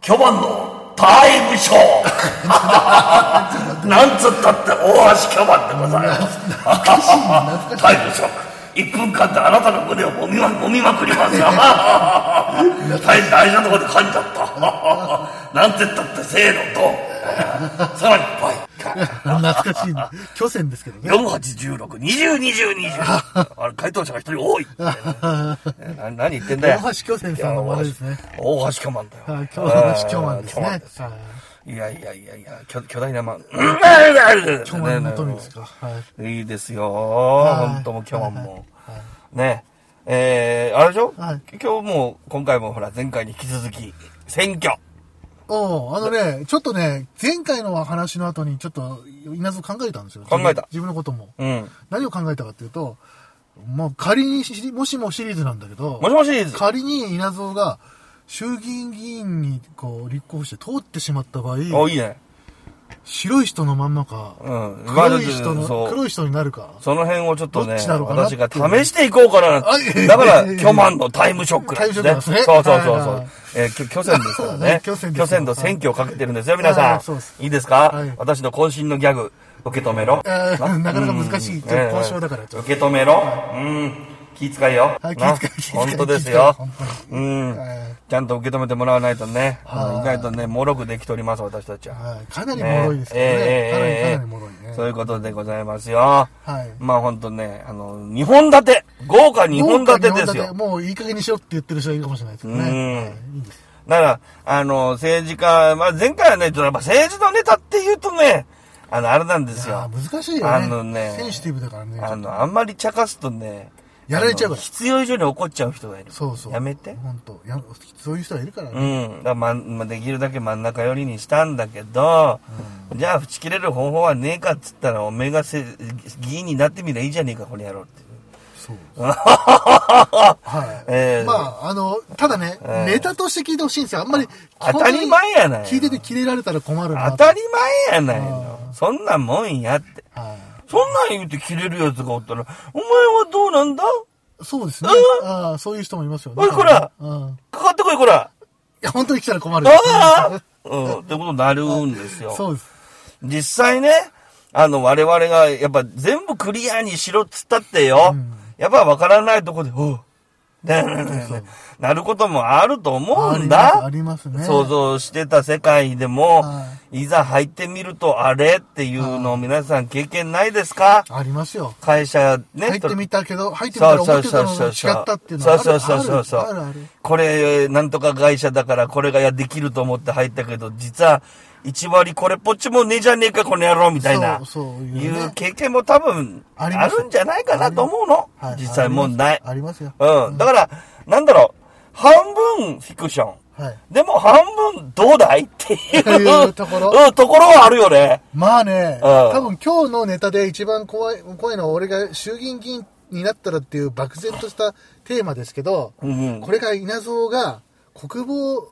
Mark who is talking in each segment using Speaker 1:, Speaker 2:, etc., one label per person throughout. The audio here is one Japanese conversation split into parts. Speaker 1: 巨番のタイムショーなんつったって大橋巨番でございますタイムショック1分間であなたの胸を揉みま揉みまくりますよ大変大事なところで噛んじゃったなんて言ったってせーのとさらに倍
Speaker 2: 懐かしいな。巨船ですけどね。
Speaker 1: 4816202020あれ回答者が一人多いってね、えな何言ってんだよ
Speaker 2: 大橋巨泉さんの話ですね
Speaker 1: 大橋巨万だよ
Speaker 2: あ巨大巨万です
Speaker 1: 巨万
Speaker 2: ね
Speaker 1: で。す
Speaker 2: あ
Speaker 1: いやいやいやいや巨巨大なマン巨
Speaker 2: 巨万の富ですか。はい。
Speaker 1: いいですよ、
Speaker 2: い
Speaker 1: 本当も今日も、
Speaker 2: はいはい
Speaker 1: ねえー、あれでしょ、
Speaker 2: はい
Speaker 1: 今日も今回もほら前回に引き続き選挙
Speaker 2: おうあのね、ちょっとね、前回の話の後にちょっと稲妻考えたんですよ。
Speaker 1: 考えた
Speaker 2: 自分自分のことも。
Speaker 1: うん
Speaker 2: 何を考えたかっていうと、もう仮にし、もしもシリーズなんだけど、
Speaker 1: もしもシリーズ
Speaker 2: 仮に稲妻が衆議院議員にこう立候補して通ってしまった場合、
Speaker 1: おいいね
Speaker 2: 白い人のまんまか、
Speaker 1: うん
Speaker 2: 黒い人
Speaker 1: まあそ
Speaker 2: の、
Speaker 1: う
Speaker 2: 黒い人になるか。
Speaker 1: その辺をちょっと
Speaker 2: ど
Speaker 1: ね
Speaker 2: っちだろうかなって
Speaker 1: 私が試していこうかな
Speaker 2: あいえいえ
Speaker 1: だから巨万のタイムショックなん
Speaker 2: タイムショックなんですね
Speaker 1: そうそうそうそ
Speaker 2: はいは
Speaker 1: う
Speaker 2: い
Speaker 1: えーきょ巨船ですから
Speaker 2: は
Speaker 1: ね
Speaker 2: い巨船ですよ
Speaker 1: 巨船と選挙をかけてるんですよ皆
Speaker 2: はい
Speaker 1: さ
Speaker 2: はいそうです
Speaker 1: んいいですか、
Speaker 2: はい
Speaker 1: 私の渾身のギャグ受け止めろ、
Speaker 2: えーなかなか難しい。ちょっと交渉だから、ちょっと。
Speaker 1: 受け止めろ。うん。気遣いよ。
Speaker 2: はい
Speaker 1: な
Speaker 2: 気遣い気遣い
Speaker 1: 本当ですよ
Speaker 2: 気遣い本。
Speaker 1: うん
Speaker 2: はい。
Speaker 1: ちゃんと受け止めてもらわないとね。あの意外とね、もろくできております、私たちは。
Speaker 2: はい、かなり脆いですけど
Speaker 1: ええええ
Speaker 2: ね。
Speaker 1: ええ
Speaker 2: かなりかなり脆いね。
Speaker 1: そういうことでございますよ。
Speaker 2: はい
Speaker 1: まあ本当ね、あの、二本立て。豪華二本立てです
Speaker 2: 日本立て
Speaker 1: よ。
Speaker 2: もういい加減にしろって言ってる人がいるかもしれないですけどね。
Speaker 1: うん
Speaker 2: はいいいです。
Speaker 1: だから、あの、政治家、まあ前回はね、ちょっとやっぱ政治のネタって言うとね、あの、あれなんです
Speaker 2: あ
Speaker 1: よ
Speaker 2: あ、。難しいよね。
Speaker 1: あのね
Speaker 2: センシティブだからね。
Speaker 1: あの、あんまり茶化すとね、
Speaker 2: やられちゃうから
Speaker 1: あの必要以上に怒っちゃう人がいる。
Speaker 2: そうそう。
Speaker 1: やめて。
Speaker 2: 本当やそういう人がいるから
Speaker 1: う
Speaker 2: ね。
Speaker 1: ん。だからまんまあ、できるだけ真ん中寄りにしたんだけど、じゃあ、縁切れる方法はねえかっつったら、おめえがせ議員になってみりゃいいじゃねえか、この野郎って。
Speaker 2: そう。はい。
Speaker 1: ええ
Speaker 2: まあ、あの、ただね、ネタとして聞いてほしいんですよ。あんまり、
Speaker 1: 当たり前やない
Speaker 2: 聞いててキレられたら困るな
Speaker 1: 当
Speaker 2: と。
Speaker 1: たり前やないの。そんなもんやって。
Speaker 2: はい。
Speaker 1: そんなん言うて切れるやつがおったら、お前はどうなんだ
Speaker 2: そうですね。
Speaker 1: う
Speaker 2: ああ、そういう人もいますよね。
Speaker 1: おいこら
Speaker 2: うん。い
Speaker 1: かかってこい、こ ら。
Speaker 2: や、本当に来たら困る。
Speaker 1: ああうん、ってことになるんですよ。
Speaker 2: そうです。
Speaker 1: 実際ね、あの、我々が、やっぱ全部クリアにしろっつったってよ、やっぱ分からないとこで、おうねえねえねえねえなることもあると思うんだ。
Speaker 2: ありますありますね。
Speaker 1: 想像してた世界でも
Speaker 2: はい
Speaker 1: ざ入ってみるとあれっていうのを皆さん経験ないですか
Speaker 2: ありますよ。
Speaker 1: 会社ね。
Speaker 2: 入ってみたけど、入ってみた
Speaker 1: そ
Speaker 2: ら
Speaker 1: うそ
Speaker 2: 思っ
Speaker 1: う
Speaker 2: て
Speaker 1: そ
Speaker 2: た
Speaker 1: う
Speaker 2: の
Speaker 1: そ
Speaker 2: と違
Speaker 1: うそう。
Speaker 2: ったっていうの
Speaker 1: そ
Speaker 2: は
Speaker 1: う
Speaker 2: ある
Speaker 1: そうそうそうそう
Speaker 2: あるあるある。
Speaker 1: これ、なんとか会社だから、これができると思って入ったけど、実は、1割これっぽっちもねえじゃねえか、この野郎、みたいな。
Speaker 2: そうそう
Speaker 1: い
Speaker 2: いうね
Speaker 1: う経験も多分、あ
Speaker 2: あります
Speaker 1: るんじゃないかなと思うの
Speaker 2: はい。
Speaker 1: 実際問題。
Speaker 2: ありますよ。
Speaker 1: うん。だから、なんだろう。半分フィクション。
Speaker 2: はい。
Speaker 1: でも半分どうだいってい
Speaker 2: っていううところ
Speaker 1: うん、ところはあるよね。
Speaker 2: まあね、
Speaker 1: うん
Speaker 2: 多分今日のネタで一番怖い、怖いのは俺が衆議院議員になったらっていう漠然としたテーマですけど、
Speaker 1: うんうん
Speaker 2: これから稲造が国防、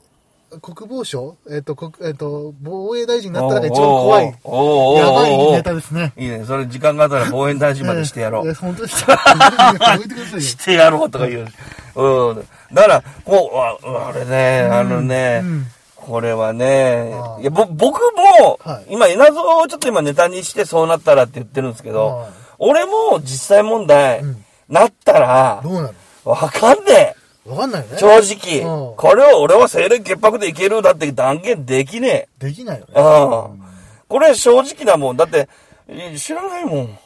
Speaker 2: 国防省えっ、と、国、えっ、と、防衛大臣になったらが一番怖い。や
Speaker 1: おーおーおーおーお
Speaker 2: ば
Speaker 1: ー
Speaker 2: いネタですね。
Speaker 1: いいね。それ時間があったら防衛大臣までしてやろ
Speaker 2: え
Speaker 1: う
Speaker 2: え。本当ですかやめてくださ いよ
Speaker 1: してやろうとか言う。うん。だから、こう、ああれね、あのね、
Speaker 2: うん
Speaker 1: これはね
Speaker 2: あ、ー
Speaker 1: いや、ぼ、僕も、
Speaker 2: はい
Speaker 1: 今、稲造をちょっと今ネタにしてそうなったらって言ってるんですけど、
Speaker 2: はい
Speaker 1: 俺も実際問題、
Speaker 2: ん
Speaker 1: なったら
Speaker 2: ど、うな
Speaker 1: わかんねえ。
Speaker 2: のわかんないよね。
Speaker 1: 正直。
Speaker 2: うん
Speaker 1: これを俺は政令潔白でいけるだって断言できね
Speaker 2: できないよね
Speaker 1: え。う。ん。これ正直だもん。だって、い知らないもん。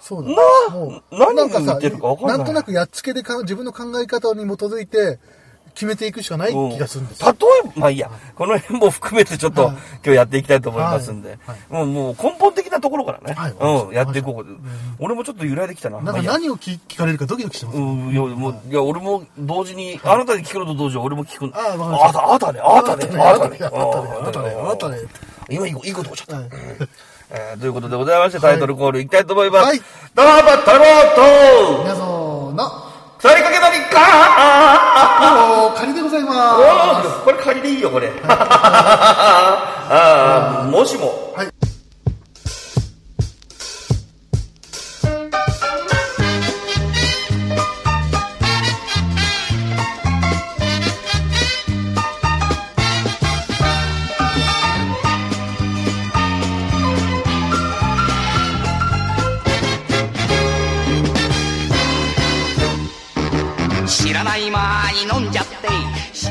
Speaker 2: そうだ
Speaker 1: な
Speaker 2: ね
Speaker 1: あ
Speaker 2: もう
Speaker 1: 何
Speaker 2: なん
Speaker 1: を言ってるか分かんない
Speaker 2: なんとなくやっつけでか自分の考え方に基づいて決めていくしかない
Speaker 1: うん
Speaker 2: 気がするんです
Speaker 1: 例
Speaker 2: よ。
Speaker 1: えば、まあいいや、この辺も含めてちょっと、
Speaker 2: はい
Speaker 1: 今日やっていきたいと思いますんで、
Speaker 2: はい
Speaker 1: もうもう根本的なところからね、
Speaker 2: はい
Speaker 1: うん、やっていこうかと。俺もちょっと揺らいできたな。
Speaker 2: なん
Speaker 1: まあ
Speaker 2: か
Speaker 1: いいや
Speaker 2: 何を聞聞かれるかドキドキしてます。
Speaker 1: うん、いや、もう、いや、俺も同時に、あなたに聞くのと同時に俺も聞くん
Speaker 2: あわかりま
Speaker 1: あ
Speaker 2: した
Speaker 1: た、あたね、あたね、あたね、
Speaker 2: あたねあたねあたねあたね
Speaker 1: うん今いいこ、いいことおっしゃった。
Speaker 2: はい
Speaker 1: えーということでございまして、タイトルコールいきたいと思います。
Speaker 2: はい
Speaker 1: どうも、太郎と、
Speaker 2: 皆さんの、
Speaker 1: 腐りかけのりか
Speaker 2: あの、仮でございます。
Speaker 1: あーこれ借りでいいよこれ、 あーもしも、
Speaker 2: はい
Speaker 1: 「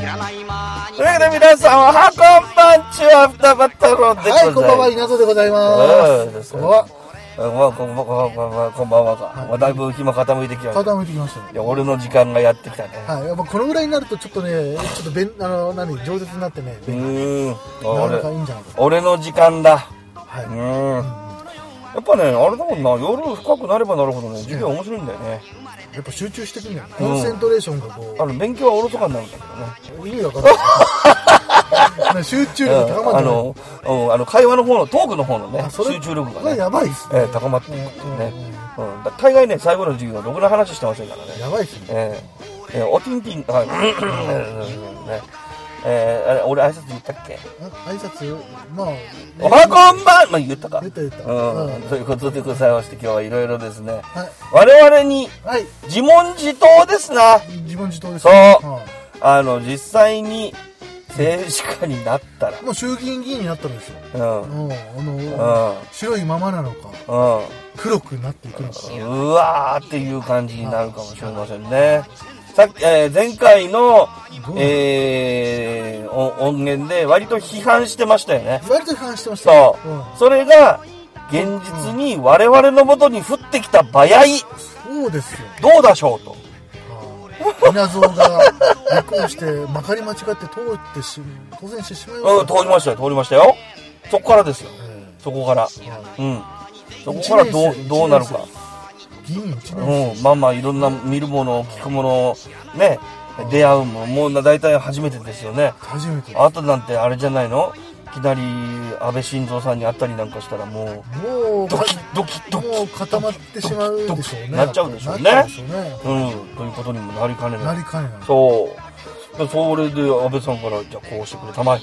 Speaker 1: の皆さんおはこんばんちはアフターバトロンでござ
Speaker 2: はいい、こんばんは、
Speaker 1: ます
Speaker 2: 稲造でござい
Speaker 1: うん
Speaker 2: ます。こんばんは。
Speaker 1: こんばんはこんばんはこんばんはこんばんはかもうだいぶ日も傾いてきました
Speaker 2: 傾いてきましたね
Speaker 1: い。や俺の時間がやってきたね
Speaker 2: はい、やっぱこのぐらいになるとちょっとね、ちょっとべん、あの、何、饒舌になってね、
Speaker 1: うーん
Speaker 2: なかなかいい
Speaker 1: 俺
Speaker 2: んじゃないか
Speaker 1: 俺の時間だ
Speaker 2: と。は
Speaker 1: う
Speaker 2: い。
Speaker 1: ーんやっぱねあれだもんな夜深くなればなるほどね授業面白いんだよね
Speaker 2: やっぱ集中してくるんだよね。コンセントレーションがこ
Speaker 1: あの勉強はおろそかになるんだけどね
Speaker 2: う、意味わかんない。ね集中力高ま
Speaker 1: あ
Speaker 2: るんじゃない
Speaker 1: の、うんあの会話の方のトークの方のね
Speaker 2: あそれ
Speaker 1: 集中力
Speaker 2: こ
Speaker 1: が
Speaker 2: れ
Speaker 1: ね、
Speaker 2: やばいっす
Speaker 1: え
Speaker 2: ね
Speaker 1: ー。高まっていくっていうねうんだ大概ね最後の授業はろくな話してませんからね
Speaker 2: やばいっすね。
Speaker 1: えーえーおティンティンはいねえーあれ俺挨拶言ったっけ
Speaker 2: あ挨拶、まあ、ね
Speaker 1: おはこんばんまあ言ったか
Speaker 2: 言った言った
Speaker 1: うん
Speaker 2: うん
Speaker 1: ということでございまして今日はいろいろですね
Speaker 2: はい
Speaker 1: 我々に
Speaker 2: はい、
Speaker 1: 自問自答ですな
Speaker 2: 自問自答です。
Speaker 1: そう
Speaker 2: は
Speaker 1: あの実際に政治家になったら
Speaker 2: いもう衆議院議員になったんですよ。
Speaker 1: うんう
Speaker 2: うんん、あ
Speaker 1: う
Speaker 2: の、
Speaker 1: ん
Speaker 2: 白いままなのか、黒くなっていくのか。
Speaker 1: うわーっていう感じになるかもしれませんね。さっき、えー前回の
Speaker 2: どう、なの
Speaker 1: えーお音源で割と批判してましたよね。
Speaker 2: 割と批判してましたよ
Speaker 1: そ。う。それが、現実に我々のもとに降ってきた場合、
Speaker 2: うんそうですよ。
Speaker 1: どうでしょうと。
Speaker 2: 稲造が離婚してまかり間違って通ってし当選してしまいま
Speaker 1: うん、
Speaker 2: した
Speaker 1: 通りましたよ、通りましたよ。そこからですよ。そこから。うん。そこからどう
Speaker 2: 一年生、
Speaker 1: どうなるか。
Speaker 2: 議員1年
Speaker 1: うん、まあまあいろんな見るもの、聞くもの、ね、出会うもの、もう大体初めてですよね。
Speaker 2: 初めても
Speaker 1: あとなんてあれじゃないのいきなり安倍晋三さんに会ったりなんかしたらも
Speaker 2: う
Speaker 1: うドキッドキッドキ
Speaker 2: もう固まってしまうでしょうね
Speaker 1: なっちゃうでしょうね
Speaker 2: なっちゃでしょうね
Speaker 1: うんということにもなりかね
Speaker 2: な
Speaker 1: ない
Speaker 2: りかねない
Speaker 1: そうでそれで安倍さんからじゃあこうしてくれたまえ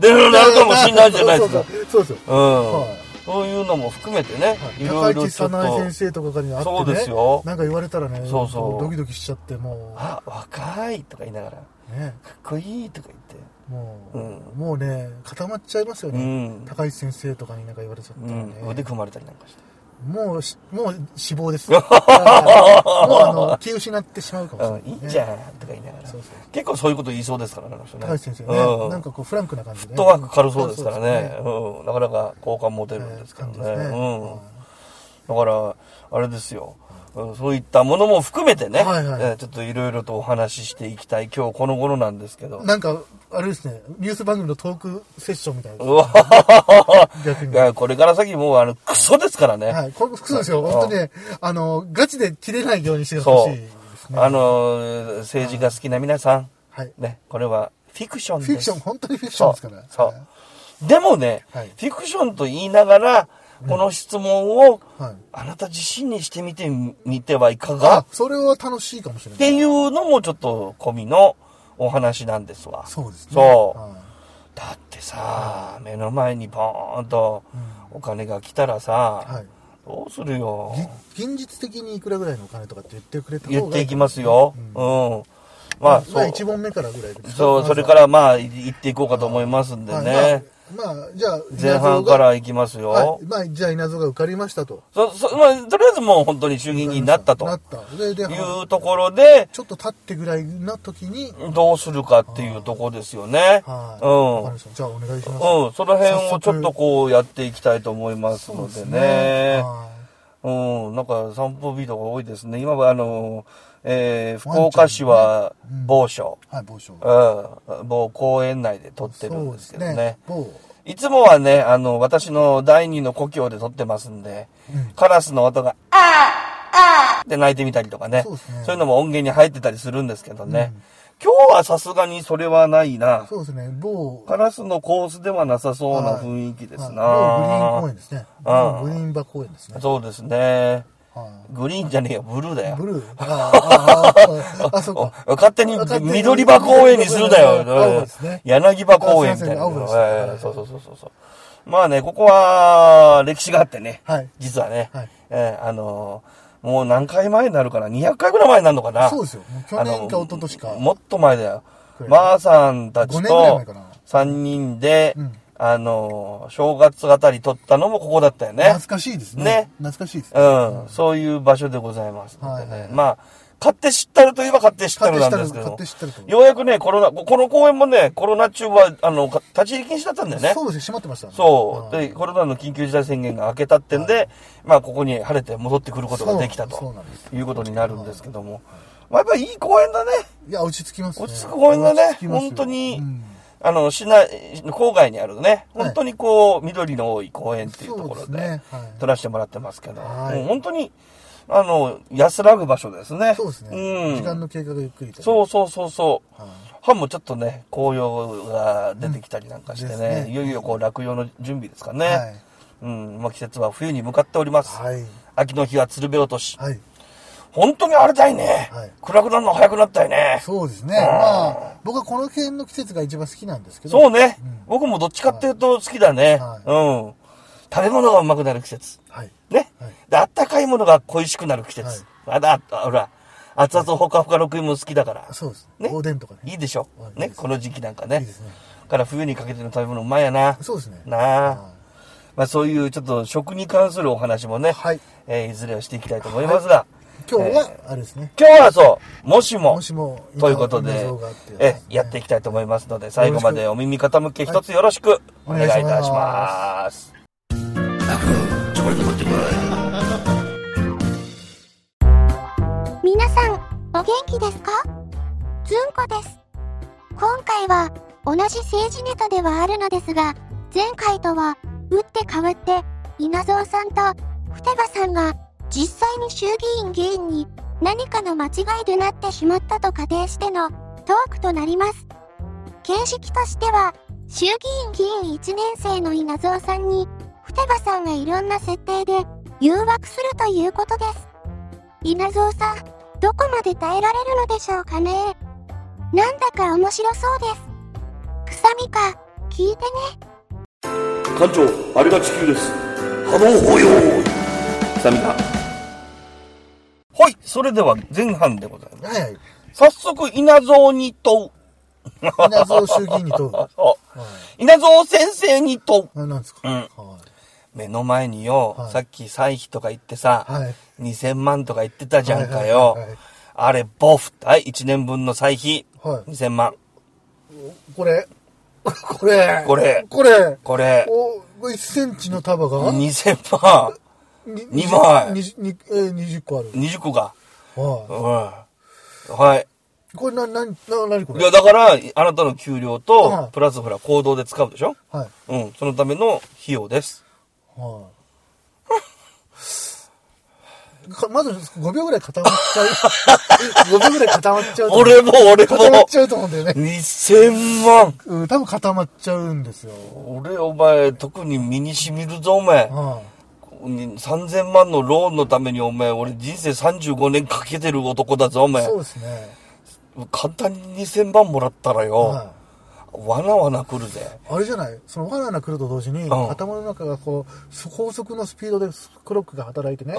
Speaker 1: でなるかもしれないじゃないですか
Speaker 2: そうそうそう
Speaker 1: うん
Speaker 2: はい
Speaker 1: そういうのも含めてねいろ
Speaker 2: 高
Speaker 1: いろ
Speaker 2: 市
Speaker 1: ちょ
Speaker 2: 早
Speaker 1: っと
Speaker 2: 苗先生とかに会ってね
Speaker 1: そうですよ
Speaker 2: なんか言われたらね
Speaker 1: そうそう
Speaker 2: ドキドキしちゃっても
Speaker 1: あ若いとか言いながらか
Speaker 2: うね
Speaker 1: っこいいとか言って
Speaker 2: もう、
Speaker 1: うん
Speaker 2: もうね固まっちゃいますよね、
Speaker 1: うん
Speaker 2: 高市先生とかになんか言われちゃった
Speaker 1: う
Speaker 2: らね、
Speaker 1: ん腕組まれたりなんかして
Speaker 2: もうし、もう死亡です。もうあの、気失ってしまうかもしれ
Speaker 1: う
Speaker 2: ない、
Speaker 1: んいいじゃん
Speaker 2: ん。
Speaker 1: とか言いながら
Speaker 2: そうそう
Speaker 1: 結構そういうこと言いそうですからねあの人ね
Speaker 2: 高橋先生
Speaker 1: う
Speaker 2: ね、なんかこうフランクな感じで、
Speaker 1: フ
Speaker 2: ね。
Speaker 1: ットワーク軽そうですから
Speaker 2: そう
Speaker 1: ね、うん、なかなか好感持てるんですけどね,、
Speaker 2: ええ感じですね
Speaker 1: うん、だからあれですよ、うんそういったものも含めてね、
Speaker 2: はいはい
Speaker 1: えーちょっといろいろとお話ししていきたい今日この頃なんですけど
Speaker 2: なんか、あれですね、ニュース番組のトークセッションみたいな
Speaker 1: う。わ
Speaker 2: 逆に
Speaker 1: い。やこれから先もうあのクソですからね、
Speaker 2: はい。これ、そうですよ。本当にね、あの、ガチで切れないようにして
Speaker 1: そ
Speaker 2: ほし
Speaker 1: う
Speaker 2: いですね。
Speaker 1: あのー政治が好きな皆さん、
Speaker 2: はい。
Speaker 1: ねこれはフィクションで
Speaker 2: フ
Speaker 1: す
Speaker 2: ィクション、本当にフィクション
Speaker 1: そ
Speaker 2: ですから
Speaker 1: う。そう。でもね、
Speaker 2: はい
Speaker 1: フィクションと言いながら、この質問を、
Speaker 2: はい
Speaker 1: あなた自身にしてみてみてはいかが
Speaker 2: あ
Speaker 1: っ、
Speaker 2: それは楽しいかもしれな
Speaker 1: て
Speaker 2: い。
Speaker 1: いうのもちょっと込みのお話なんですわ。
Speaker 2: そうですね。
Speaker 1: そう
Speaker 2: は
Speaker 1: だってさ、目の前にポーンとお金が来たらさ、
Speaker 2: はい
Speaker 1: どうするよ。
Speaker 2: い。現実的にいくらぐらいのお金とかって言ってくれた方が
Speaker 1: 言っていきますよ。うん。まあ、
Speaker 2: ま
Speaker 1: そ
Speaker 2: あ、
Speaker 1: う。
Speaker 2: 一問目からぐらいですね
Speaker 1: そう、それからまあ、い言っていこうかと思いますんで
Speaker 2: はい
Speaker 1: ね。
Speaker 2: まあ、まあじゃあ、
Speaker 1: 前半からいきますよ。
Speaker 2: 稲造が。はい。まあ、じゃあ、稲造が受かりましたと。
Speaker 1: そ、そ、まあ、とりあえずもう本当に衆議院議員になったと
Speaker 2: なった。で、で、
Speaker 1: いうところで、
Speaker 2: ちょっと経ってぐらいな時に、
Speaker 1: どうするかっていうところですよね。
Speaker 2: はい。わかりま
Speaker 1: う
Speaker 2: したじゃあ、お願いします。
Speaker 1: ん。うん、その辺をちょっ
Speaker 2: 早
Speaker 1: と
Speaker 2: 速
Speaker 1: こうやっていきたいと思います
Speaker 2: そう
Speaker 1: の
Speaker 2: で
Speaker 1: ですね。
Speaker 2: は
Speaker 1: うん、なんか散歩ビートが多いですね。今はあの、えー、福岡市は某所、
Speaker 2: い。はい、某所。
Speaker 1: うん、某公園内で撮ってるんですけどね。
Speaker 2: 某。
Speaker 1: いつもはね、あの、私の第二の故郷で撮ってますんで、カラスの音が、あーあーって泣いてみたりとかね
Speaker 2: そうですね
Speaker 1: いうのも音源に入ってたりするんですけどね。今日はさすがにそれはないな。
Speaker 2: そうですね、某。
Speaker 1: カラスのコースではなさそうな雰囲気ですな。
Speaker 2: はい某グリーン公園ですね。
Speaker 1: うん
Speaker 2: 某グリーン場公園ですね。
Speaker 1: そうですね。
Speaker 2: は
Speaker 1: グリーンじゃねえよ、ブルーだ
Speaker 2: い。ブ
Speaker 1: よ。
Speaker 2: ルー。あーあー、あーあー、そうか。
Speaker 1: お勝手に
Speaker 2: 勝手に
Speaker 1: 緑場公園にするだよ。
Speaker 2: 青ですね
Speaker 1: 柳葉公園みたいな。
Speaker 2: あすいません青ですね
Speaker 1: ええそうそうそうそうそう。まあね、ここは歴史があってね。
Speaker 2: はい
Speaker 1: 実はね。
Speaker 2: はい
Speaker 1: ええあのーもう何回前になるかな ?200 回ぐらい前になるのかな
Speaker 2: そうですよもう去年か
Speaker 1: あの
Speaker 2: 一昨年か
Speaker 1: もっと前だよ
Speaker 2: く。らい
Speaker 1: まーさんたち
Speaker 2: 五年ぐらい
Speaker 1: と
Speaker 2: 前かな
Speaker 1: 3人で
Speaker 2: うん、
Speaker 1: あのー正月あたり撮ったのもここだったよね。
Speaker 2: 懐かしいですね。
Speaker 1: ね
Speaker 2: 懐かしいですね。
Speaker 1: うん、そういう場所でございますのでね。
Speaker 2: はいはい
Speaker 1: まあ、勝手知ったるといえば勝手知ったるなんですけど。
Speaker 2: 勝手知ったる勝手知ったると
Speaker 1: ようやくね、コロナ、ここの公演もね、コロナ中は、あの、か立ち入り禁止だったんだよね。
Speaker 2: そうですね、閉まってましたね。
Speaker 1: そう。
Speaker 2: ん
Speaker 1: で、コロナの緊急事態宣言が明けたってんで、まあ、ここに晴れて戻ってくることができた
Speaker 2: そう
Speaker 1: と
Speaker 2: なんです
Speaker 1: いうことになるんですけども。まあ、やっぱりいい公演だね。
Speaker 2: いや、落ち着きますね。
Speaker 1: 落ち着く公園が
Speaker 2: 落
Speaker 1: ね
Speaker 2: ち着き、ますよ
Speaker 1: 本当に、
Speaker 2: うん
Speaker 1: あの、市内、郊外にあるね、
Speaker 2: はい
Speaker 1: 本当にこう、緑の多い公園っていうところ
Speaker 2: そうで
Speaker 1: で、
Speaker 2: すねはい
Speaker 1: 撮らせてもらってますけど、
Speaker 2: はい
Speaker 1: もう本当に、あの、安らぐ場所ですね。
Speaker 2: そうですね。
Speaker 1: うん。
Speaker 2: 時間の経過がゆっくりと。
Speaker 1: そうそうそうそう。
Speaker 2: はい
Speaker 1: 歯もちょっとね、紅葉が出てきたりなんかしてね、
Speaker 2: うんですね
Speaker 1: いよいよこう、落葉の準備ですかね。
Speaker 2: はい
Speaker 1: うん、まあ季節は冬に向かっております。
Speaker 2: はい。
Speaker 1: 秋の日は鶴瓶落とし。
Speaker 2: はい。
Speaker 1: 本当に荒れたいね、
Speaker 2: はい
Speaker 1: 暗くなるの早くなったよね。
Speaker 2: そうですね。まあ、僕はこの辺の季節が一番好きなんですけど。
Speaker 1: そうね、僕もどっちかっていうと好きだね。
Speaker 2: はい
Speaker 1: うん。食べ物がうまくなる季節。
Speaker 2: はい。
Speaker 1: ね。
Speaker 2: はい
Speaker 1: で、あったかいものが恋しくなる季節。
Speaker 2: はい
Speaker 1: あだ、あほら、熱々ほかほかの食いも好きだから。
Speaker 2: そうです。
Speaker 1: ね
Speaker 2: おでんとかね。
Speaker 1: いいでしょ
Speaker 2: はいいい。
Speaker 1: ね
Speaker 2: で。す
Speaker 1: この時期なんかね。
Speaker 2: いいですね
Speaker 1: から冬にかけての食べ物うまいやな。
Speaker 2: そうですね
Speaker 1: なあ。
Speaker 2: はい
Speaker 1: まあそういうちょっと食に関するお話もね、
Speaker 2: はい
Speaker 1: えーいずれはしていきたいと思いますが、
Speaker 2: 今日は、あれですね。
Speaker 1: 今日はそう、もしも、
Speaker 2: もしも今
Speaker 1: ということで
Speaker 2: 映像があって、
Speaker 1: え、やっていきたいと思いますので、最後までお耳傾け一つよろしくお願いいた
Speaker 2: お願い
Speaker 1: し
Speaker 2: し
Speaker 1: ま。
Speaker 2: ます
Speaker 3: 皆さん、お元気ですかずんこです。今回は、同じ政治ネタではあるのですが、前回とは、打って変わって、稲造さんと、ふてばさんが、実際に衆議院議員に、何かの間違いでなってしまったと仮定しての、トークとなります。形式としては、衆議院議員1年生の稲造さんに、ふてばさんがいろんな設定で、誘惑するということです。稲造さん、どこまで耐えられるのでしょうかね。なんだか面白そうです。臭みか、聞いてね。
Speaker 4: 艦長あれが地球です波動法要
Speaker 1: サミはい、それでは前半でございます。
Speaker 2: はいはい。
Speaker 1: 早速、稲造に問う。
Speaker 2: 稲造衆議院に問う。は
Speaker 1: あ稲造先生に問う。
Speaker 2: い。なんですか
Speaker 1: うん
Speaker 2: は
Speaker 1: 目の前によ、
Speaker 2: はい
Speaker 1: さっき歳費とか言ってさ、
Speaker 2: はい
Speaker 1: 2000万とか言ってたじゃんかよ。
Speaker 2: はいはいはいはい
Speaker 1: あれ、ボフ。はい、1年分の歳費。
Speaker 2: はい
Speaker 1: 2000万。
Speaker 2: いこれ、 これ、
Speaker 1: これ
Speaker 2: これ、
Speaker 1: これ、
Speaker 2: お、1センチの束が
Speaker 1: 2000万。 二枚
Speaker 2: 二十二えー20個ある。
Speaker 1: 20個か。う
Speaker 2: は
Speaker 1: ん。はい。
Speaker 2: い。これな、な、な、なにこ
Speaker 1: い
Speaker 2: れ
Speaker 1: や、だから、あなたの給料
Speaker 2: は
Speaker 1: と
Speaker 2: い、
Speaker 1: プラスほら、行動で使うでしょ
Speaker 2: はい。
Speaker 1: うん。そのための費用です。
Speaker 2: はい。かまず5秒ぐらい固まっちゃう。5秒ぐらい固まっちゃうと思う。
Speaker 1: 俺も俺
Speaker 2: 固まっ
Speaker 1: も
Speaker 2: ちゃうと思うんだよね。
Speaker 1: 2000万
Speaker 2: うん、多分固まっちゃうんですよ。
Speaker 1: 俺、お前、特に身に染みるぞ、お前。
Speaker 2: は
Speaker 1: 3000万のローンのために、お前、俺人生35年かけてる男だぞ、お
Speaker 2: い。
Speaker 1: 前
Speaker 2: そ。うですね。
Speaker 1: 簡単に2000万もらったらよ
Speaker 2: は、
Speaker 1: わなわな来るぜ。
Speaker 2: い。あれじゃないその罠が来ると同時に、
Speaker 1: ん
Speaker 2: 頭の中がこう、そ高速のスピードでクロックが働いてね、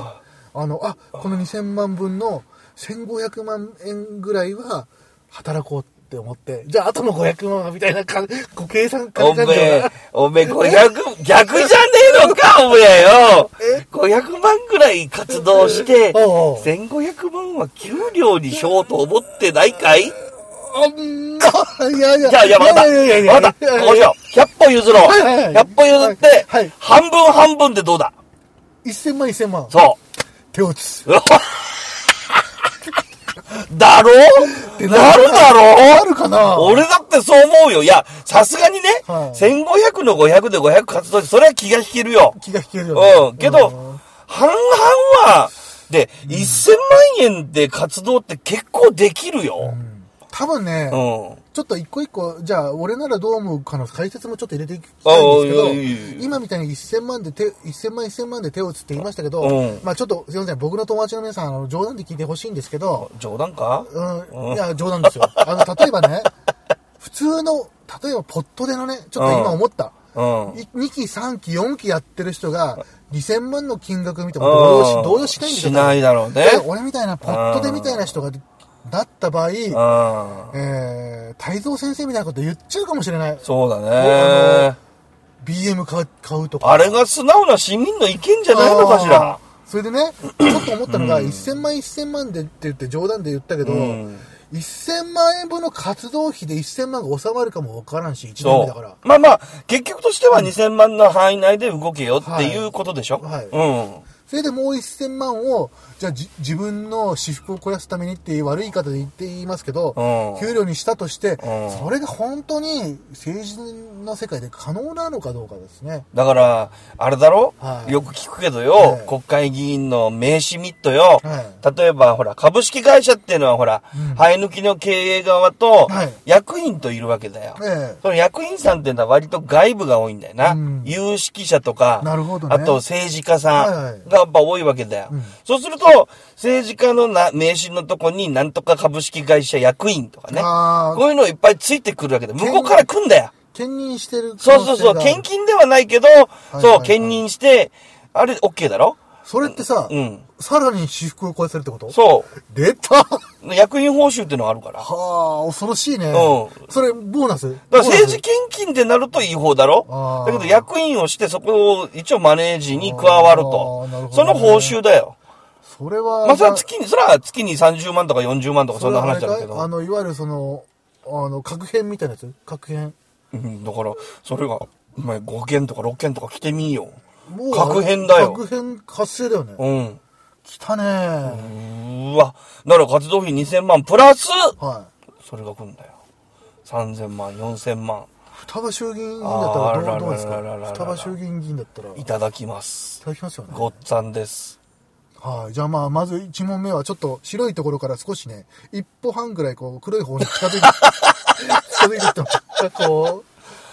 Speaker 2: あの、あ、この2000万分の1500万円ぐらいは働こうって思って、じゃああとの500万はみたいなか、こう計算
Speaker 1: お
Speaker 2: 感じ
Speaker 1: め
Speaker 2: が。
Speaker 1: え、おめえ500、逆じゃねえのか、おめえよ。500万ぐらい活動して、
Speaker 2: おうおう
Speaker 1: 1500万は給料にしようと思ってないかい
Speaker 2: あんな、いやいや。
Speaker 1: じゃあ、いや、わかった。
Speaker 2: いやいやいやいや
Speaker 1: わかった。こうしよう。100歩譲ろう。
Speaker 2: はいはいはい
Speaker 1: 100歩譲って
Speaker 2: はいはい、
Speaker 1: 半分半分でどうだ
Speaker 2: 1000万1000万。
Speaker 1: そ
Speaker 2: 手落ち。
Speaker 1: う。 だろうなるだろ
Speaker 2: あるかな
Speaker 1: 俺だってそう思うよ。いや、さすがにね、
Speaker 2: はい
Speaker 1: 1500の500で500活動して、それは気が引けるよ。
Speaker 2: 気が引けるよね。
Speaker 1: うん。けど、半々は、で、1000万円で活動って結構できるよ。
Speaker 2: 多分ね
Speaker 1: う、ん。
Speaker 2: ちょっと一個一個、じゃあ、俺ならどう思うかの解説もちょっと入れていきたいん
Speaker 1: ああいやいや
Speaker 2: です
Speaker 1: い
Speaker 2: け
Speaker 1: や
Speaker 2: ど、今みたいに1000万で手、1000万1000万で手を打つって言いましたけど、
Speaker 1: うん
Speaker 2: まあちょっと、すいません、僕の友達の皆さん、あの、冗談で聞いてほしいんですけど、
Speaker 1: 冗談か
Speaker 2: うん、いや、冗談ですよ。あの、例えばね、普通の、例えばポットでのね、ちょっと今思った。
Speaker 1: うん。
Speaker 2: い2期、3期、4期やってる人が、2000万の金額見ても動揺し
Speaker 1: うん
Speaker 2: 動揺しないんですよ。
Speaker 1: しないだろうね
Speaker 2: だから俺みたいな、ポットでみたいな人が、だった場合、
Speaker 1: うん。
Speaker 2: えー、太蔵先生みたいなこと言っちゃうかもしれない。
Speaker 1: そうだ
Speaker 2: あ
Speaker 1: ね。
Speaker 2: BM 買う買うとか。
Speaker 1: あれが素直な市民の意見じゃないのかしら。
Speaker 2: あーそれでね、ちょっと思ったのが、1000万1000万でって言って冗談で言ったけど、
Speaker 1: うん
Speaker 2: 1000万円分の活動費で1000万が収まるかもわからんし、1年目
Speaker 1: そ
Speaker 2: だから。
Speaker 1: う。まあまあ、結局としては2000万の範囲内で動けよっていうことでしょ。
Speaker 2: はい
Speaker 1: うん。
Speaker 2: それでもう1000万を、じゃあじ自分の私服を肥やすためにっていう悪い言い方で言って言いますけど、
Speaker 1: うん
Speaker 2: 給料にしたとして、
Speaker 1: ん
Speaker 2: それが本当に政治の世界で可能なのかどうかですね。
Speaker 1: だから、あれだろ、
Speaker 2: はい
Speaker 1: よく聞くけどよ、
Speaker 2: ええ
Speaker 1: 国会議員の名刺ミットよ、
Speaker 2: は
Speaker 1: 例えばほら、株式会社っていうのはほら、生え抜きの経営側と
Speaker 2: はい、
Speaker 1: 役員といるわけだよ。
Speaker 2: ええ
Speaker 1: その役員さんっていうのは割と外部が多いんだよな。
Speaker 2: うん
Speaker 1: 有識者とか、
Speaker 2: なるほどね
Speaker 1: あと政治家さん
Speaker 2: はいはい
Speaker 1: がやっぱ多いわけだよ。
Speaker 2: うん
Speaker 1: そうすると、政治家のな名刺のとこになんとか株式会社役員とかね、
Speaker 2: あー
Speaker 1: こういうのいっぱいついてくるわけだよ。向こうから来んだよ。
Speaker 2: 兼任してる可
Speaker 1: そう
Speaker 2: 能性
Speaker 1: そうそう、
Speaker 2: がある
Speaker 1: 献金ではないけど、
Speaker 2: い
Speaker 1: そ
Speaker 2: は
Speaker 1: う、
Speaker 2: い
Speaker 1: 兼任して、あれ、OK だろ
Speaker 2: それってさ、
Speaker 1: うん
Speaker 2: さらに私服を肥やせるってこと
Speaker 1: そ
Speaker 2: 出たは
Speaker 1: う。役員報酬っていうのがあるから。だか
Speaker 2: あ、恐ろしいね。
Speaker 1: う
Speaker 2: それ、ボーナス
Speaker 1: ら政治献金でなると違法だろ
Speaker 2: あー
Speaker 1: だけど役員をしてそこを一応マネージに加わると
Speaker 2: あーなる。ほ
Speaker 1: そ
Speaker 2: ど
Speaker 1: の
Speaker 2: ね
Speaker 1: 報酬だよ。
Speaker 2: それは、
Speaker 1: まあ、それは月に、それは月に30万とか40万とかそんな話だろうけ
Speaker 2: それはあれかいあ
Speaker 1: ど。
Speaker 2: の、いわゆるその、あの、核変みたいなやつ核変。
Speaker 1: うん、だから、それが、お前5件とか6件とか来てみんよ。
Speaker 2: もう
Speaker 1: 確変だよ
Speaker 2: 核変発生だよね。
Speaker 1: うん。
Speaker 2: 来たねー、
Speaker 1: うーわ。なら活動費2000万プラス
Speaker 2: はい。
Speaker 1: それが来るんだよ。3000万、4000万、
Speaker 2: 双葉衆議院議員だったらど
Speaker 1: あららららら
Speaker 2: うどうです
Speaker 1: らら
Speaker 2: か双葉衆議院議員だったら。
Speaker 1: い
Speaker 2: いた
Speaker 1: ただきます。
Speaker 2: だきますよね。
Speaker 1: ごっつぁんです。
Speaker 2: はい。じゃあまあ、まず1問目はちょっと白いところから少しね、一歩半ぐらいこう、黒い方に近づいて、近づいてきてましたこ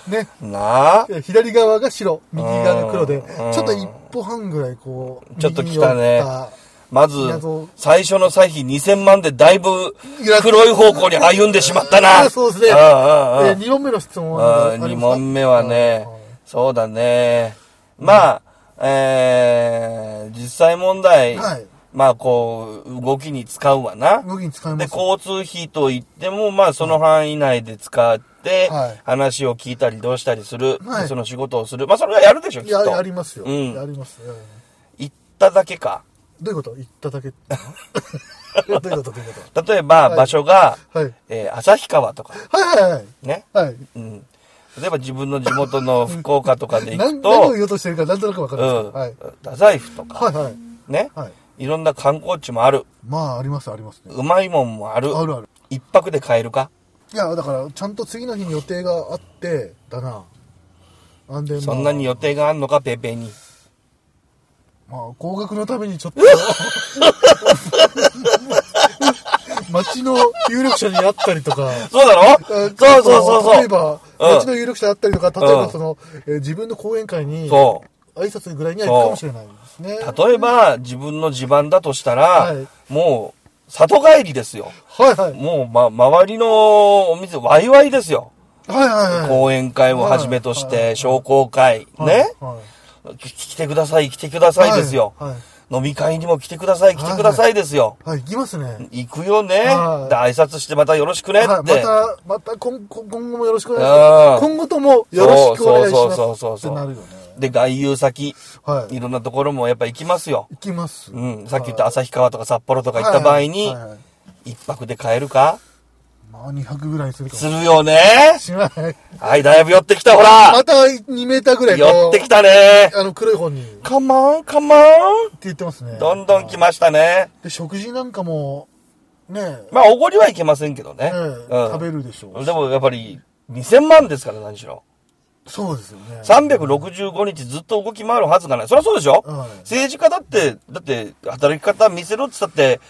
Speaker 2: う、ね、
Speaker 1: なあ
Speaker 2: 左側が白、右側が黒で、ち
Speaker 1: うん
Speaker 2: ょっと一歩半ぐらいこう、
Speaker 1: ちょっと来たね
Speaker 2: 右に寄った
Speaker 1: まず
Speaker 2: いやそう、
Speaker 1: 最初の歳費2000万でだいぶ
Speaker 2: いや
Speaker 1: 黒い方向に歩んでしまったな。
Speaker 2: そうですね。
Speaker 1: ああああ
Speaker 2: えー二問目の質問は
Speaker 1: あ
Speaker 2: 何かあり
Speaker 1: 2
Speaker 2: ますか
Speaker 1: 問目はね、そうだね。まあ、えー、実際問題、
Speaker 2: はい
Speaker 1: まあこう、動きに使うわな。
Speaker 2: 無に使い
Speaker 1: で、
Speaker 2: ます。
Speaker 1: 交通費といっても、まあ、その範囲内で使って
Speaker 2: はい、
Speaker 1: 話を聞いたりどうしたりする、
Speaker 2: はい
Speaker 1: その仕事をする。まあ、それはやるでしょ、きっ
Speaker 2: いや、
Speaker 1: と。
Speaker 2: ありますよ。
Speaker 1: うん
Speaker 2: やります。うん
Speaker 1: 行っただけか。
Speaker 2: どういうこと言っただけ ってのどういうことどういうこ
Speaker 1: 例えば、
Speaker 2: はい
Speaker 1: 場所が、
Speaker 2: とはい。
Speaker 1: えー旭川とか、
Speaker 2: はいはいはい。
Speaker 1: ね。
Speaker 2: はい。
Speaker 1: うん。例えば自分の地元の福岡とかで行く
Speaker 2: 何 何を
Speaker 1: と、
Speaker 2: 言おうとしてるかなんとなくわか
Speaker 1: う
Speaker 2: るんです
Speaker 1: ん
Speaker 2: か、はい。。
Speaker 1: 太宰府と
Speaker 2: はい
Speaker 1: か、
Speaker 2: はい。
Speaker 1: ね。
Speaker 2: はい。
Speaker 1: いろんな観光地もある。
Speaker 2: まあ、ありますありますね。
Speaker 1: うまいもんもある。
Speaker 2: あるある。
Speaker 1: 一泊で帰るか
Speaker 2: いや、だから、ちゃんと次の日に予定があって、だな。あんで、まあ
Speaker 1: そんなに予定があんのか、ペーペーに。
Speaker 2: まあ、高額のため にちょっと。 町の有力者に会ったりとか。
Speaker 1: そうだろそうそうそうそう。
Speaker 2: 例えば、
Speaker 1: うん
Speaker 2: 町の有力者だったりとか、例えばその、えー自分の講演会に、挨
Speaker 1: そう。
Speaker 2: 拶ぐらいには行くかもしれないですね。
Speaker 1: 例えば、自分の地盤だとしたら、
Speaker 2: はい
Speaker 1: もう、里帰りですよ。
Speaker 2: はいはい。はい
Speaker 1: もう、ま、周りのお店、ワイワイですよ。
Speaker 2: はいはい。
Speaker 1: 講演会をはじめとし
Speaker 2: はいは
Speaker 1: て、商工会、ね、
Speaker 2: はい
Speaker 1: き来てください、来てくださいですよ。
Speaker 2: はいはい
Speaker 1: 飲み会にも来てください、来てくださいですよ。
Speaker 2: はい、行きますね。
Speaker 1: 行くよね、
Speaker 2: はい
Speaker 1: で、挨拶してまたよろしくねって。
Speaker 2: はい、また、また今今今後もよろしくお願いし
Speaker 1: あ
Speaker 2: ま
Speaker 1: ー
Speaker 2: す。今後ともよろしくお願いし
Speaker 1: そう
Speaker 2: ます。
Speaker 1: そうそうそうそう
Speaker 2: ってなるよね。
Speaker 1: で、外遊先、
Speaker 2: はいい。
Speaker 1: ろんなところもやっぱ行きますよ。
Speaker 2: 行きます。
Speaker 1: うん、さっき言った旭川とか札幌とか行った場合に、
Speaker 2: はいはいはい
Speaker 1: 一泊で帰るか
Speaker 2: まあ、200ぐらいするか
Speaker 1: す
Speaker 2: も
Speaker 1: るよね
Speaker 2: しれない。
Speaker 1: はい、だいぶ寄ってきた、ほら
Speaker 2: また2メーターぐらいこう
Speaker 1: 寄ってきたね
Speaker 2: あの、黒い方に。って
Speaker 1: カモン、カモン
Speaker 2: 言ってますね。
Speaker 1: どんどん来ましたね。
Speaker 2: で、食事なんかも、ねえ、
Speaker 1: まあ、おごりはいけませんけどね。
Speaker 2: ええ
Speaker 1: うん
Speaker 2: 食べるでしょうし
Speaker 1: でも、やっぱり、2000万ですから、何しろ。
Speaker 2: そうですよね。
Speaker 1: 365日ずっと動き回るはずがない。そりゃそうでしょ、
Speaker 2: はい
Speaker 1: 政治家だって、だって、働き方見せろって言ったって、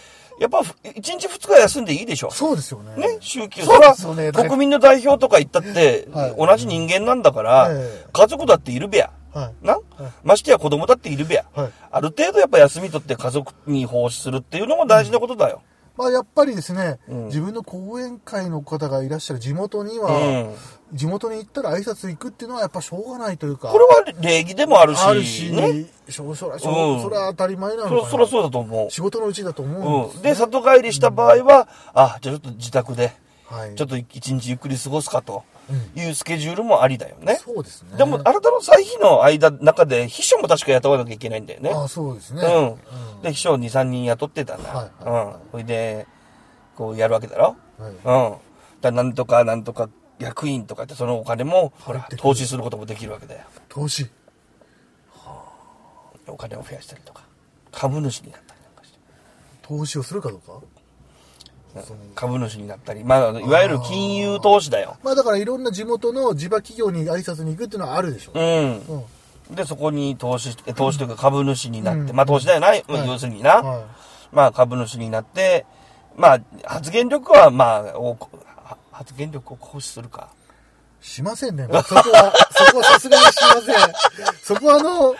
Speaker 1: やっぱ、1日2日休んでいいでしょ
Speaker 2: そうですよね。
Speaker 1: ね、宗教。
Speaker 2: そうですよね
Speaker 1: そりゃ
Speaker 2: だから
Speaker 1: 国民の代表とか言ったって、
Speaker 2: はい
Speaker 1: 同じ人間なんだから、
Speaker 2: ええ
Speaker 1: 家族だっているべや。
Speaker 2: はい。
Speaker 1: な、ましてや子供だっているべや、
Speaker 2: はい
Speaker 1: ある程度やっぱ休み取って家族に奉仕するっていうのも大事なことだよ。
Speaker 2: まあ、やっぱりですね、
Speaker 1: ん
Speaker 2: 自分の講演会の方がいらっしゃる地元に
Speaker 1: うん。
Speaker 2: は、地元に行ったら挨拶行くっていうのはやっぱしょうがないというか、
Speaker 1: これは礼儀でもあるし、
Speaker 2: あるし、
Speaker 1: ね。
Speaker 2: 少々そら、
Speaker 1: うん
Speaker 2: そら当たり前なのかな。
Speaker 1: そ、そらそうだと思
Speaker 2: 仕事のうちだと思うん
Speaker 1: う。う
Speaker 2: です
Speaker 1: ん。
Speaker 2: ね、
Speaker 1: で、里帰りした場合は、あ、じゃあちょっと自宅で、
Speaker 2: はい
Speaker 1: ちょっと一日ゆっくり過ごすかと。いうスケジュールもありだよね。
Speaker 2: そうですね。
Speaker 1: でも、あなたの歳費の間、中で秘書も確か雇わなきゃいけないんだよね。
Speaker 2: ああ、そうですね。
Speaker 1: うん。で、秘書を2、3人雇ってたんだ。
Speaker 2: はい
Speaker 1: うん。それで、こうやるわけだろ。
Speaker 2: は
Speaker 1: う
Speaker 2: い
Speaker 1: ん。だからなんとかなんとか役員とかって、そのお金も、ほ
Speaker 2: 入っ
Speaker 1: ら
Speaker 2: てく、る
Speaker 1: 投資することもできるわけだよ。
Speaker 2: 投資。
Speaker 1: お金を増やしたりとか。株主になったりなんかして。
Speaker 2: 投資をするかどうか
Speaker 1: 株主になったり、まあ、いわゆる金融投資だよ。
Speaker 2: まあだからいろんな地元の地場企業に挨拶に行くっていうのはあるでしょ
Speaker 1: う
Speaker 2: う。
Speaker 1: ん。
Speaker 2: うん。
Speaker 1: で、そこに投資、え投資というか株主になって、まあ投資だよな、まあ
Speaker 2: はい
Speaker 1: 要するにな、
Speaker 2: はい
Speaker 1: まあ株主になって、まあ発言力は、まあ、をは発言力を行使するか。
Speaker 2: しませんね。もうそこは、そこはさすがにしません。そこはあの、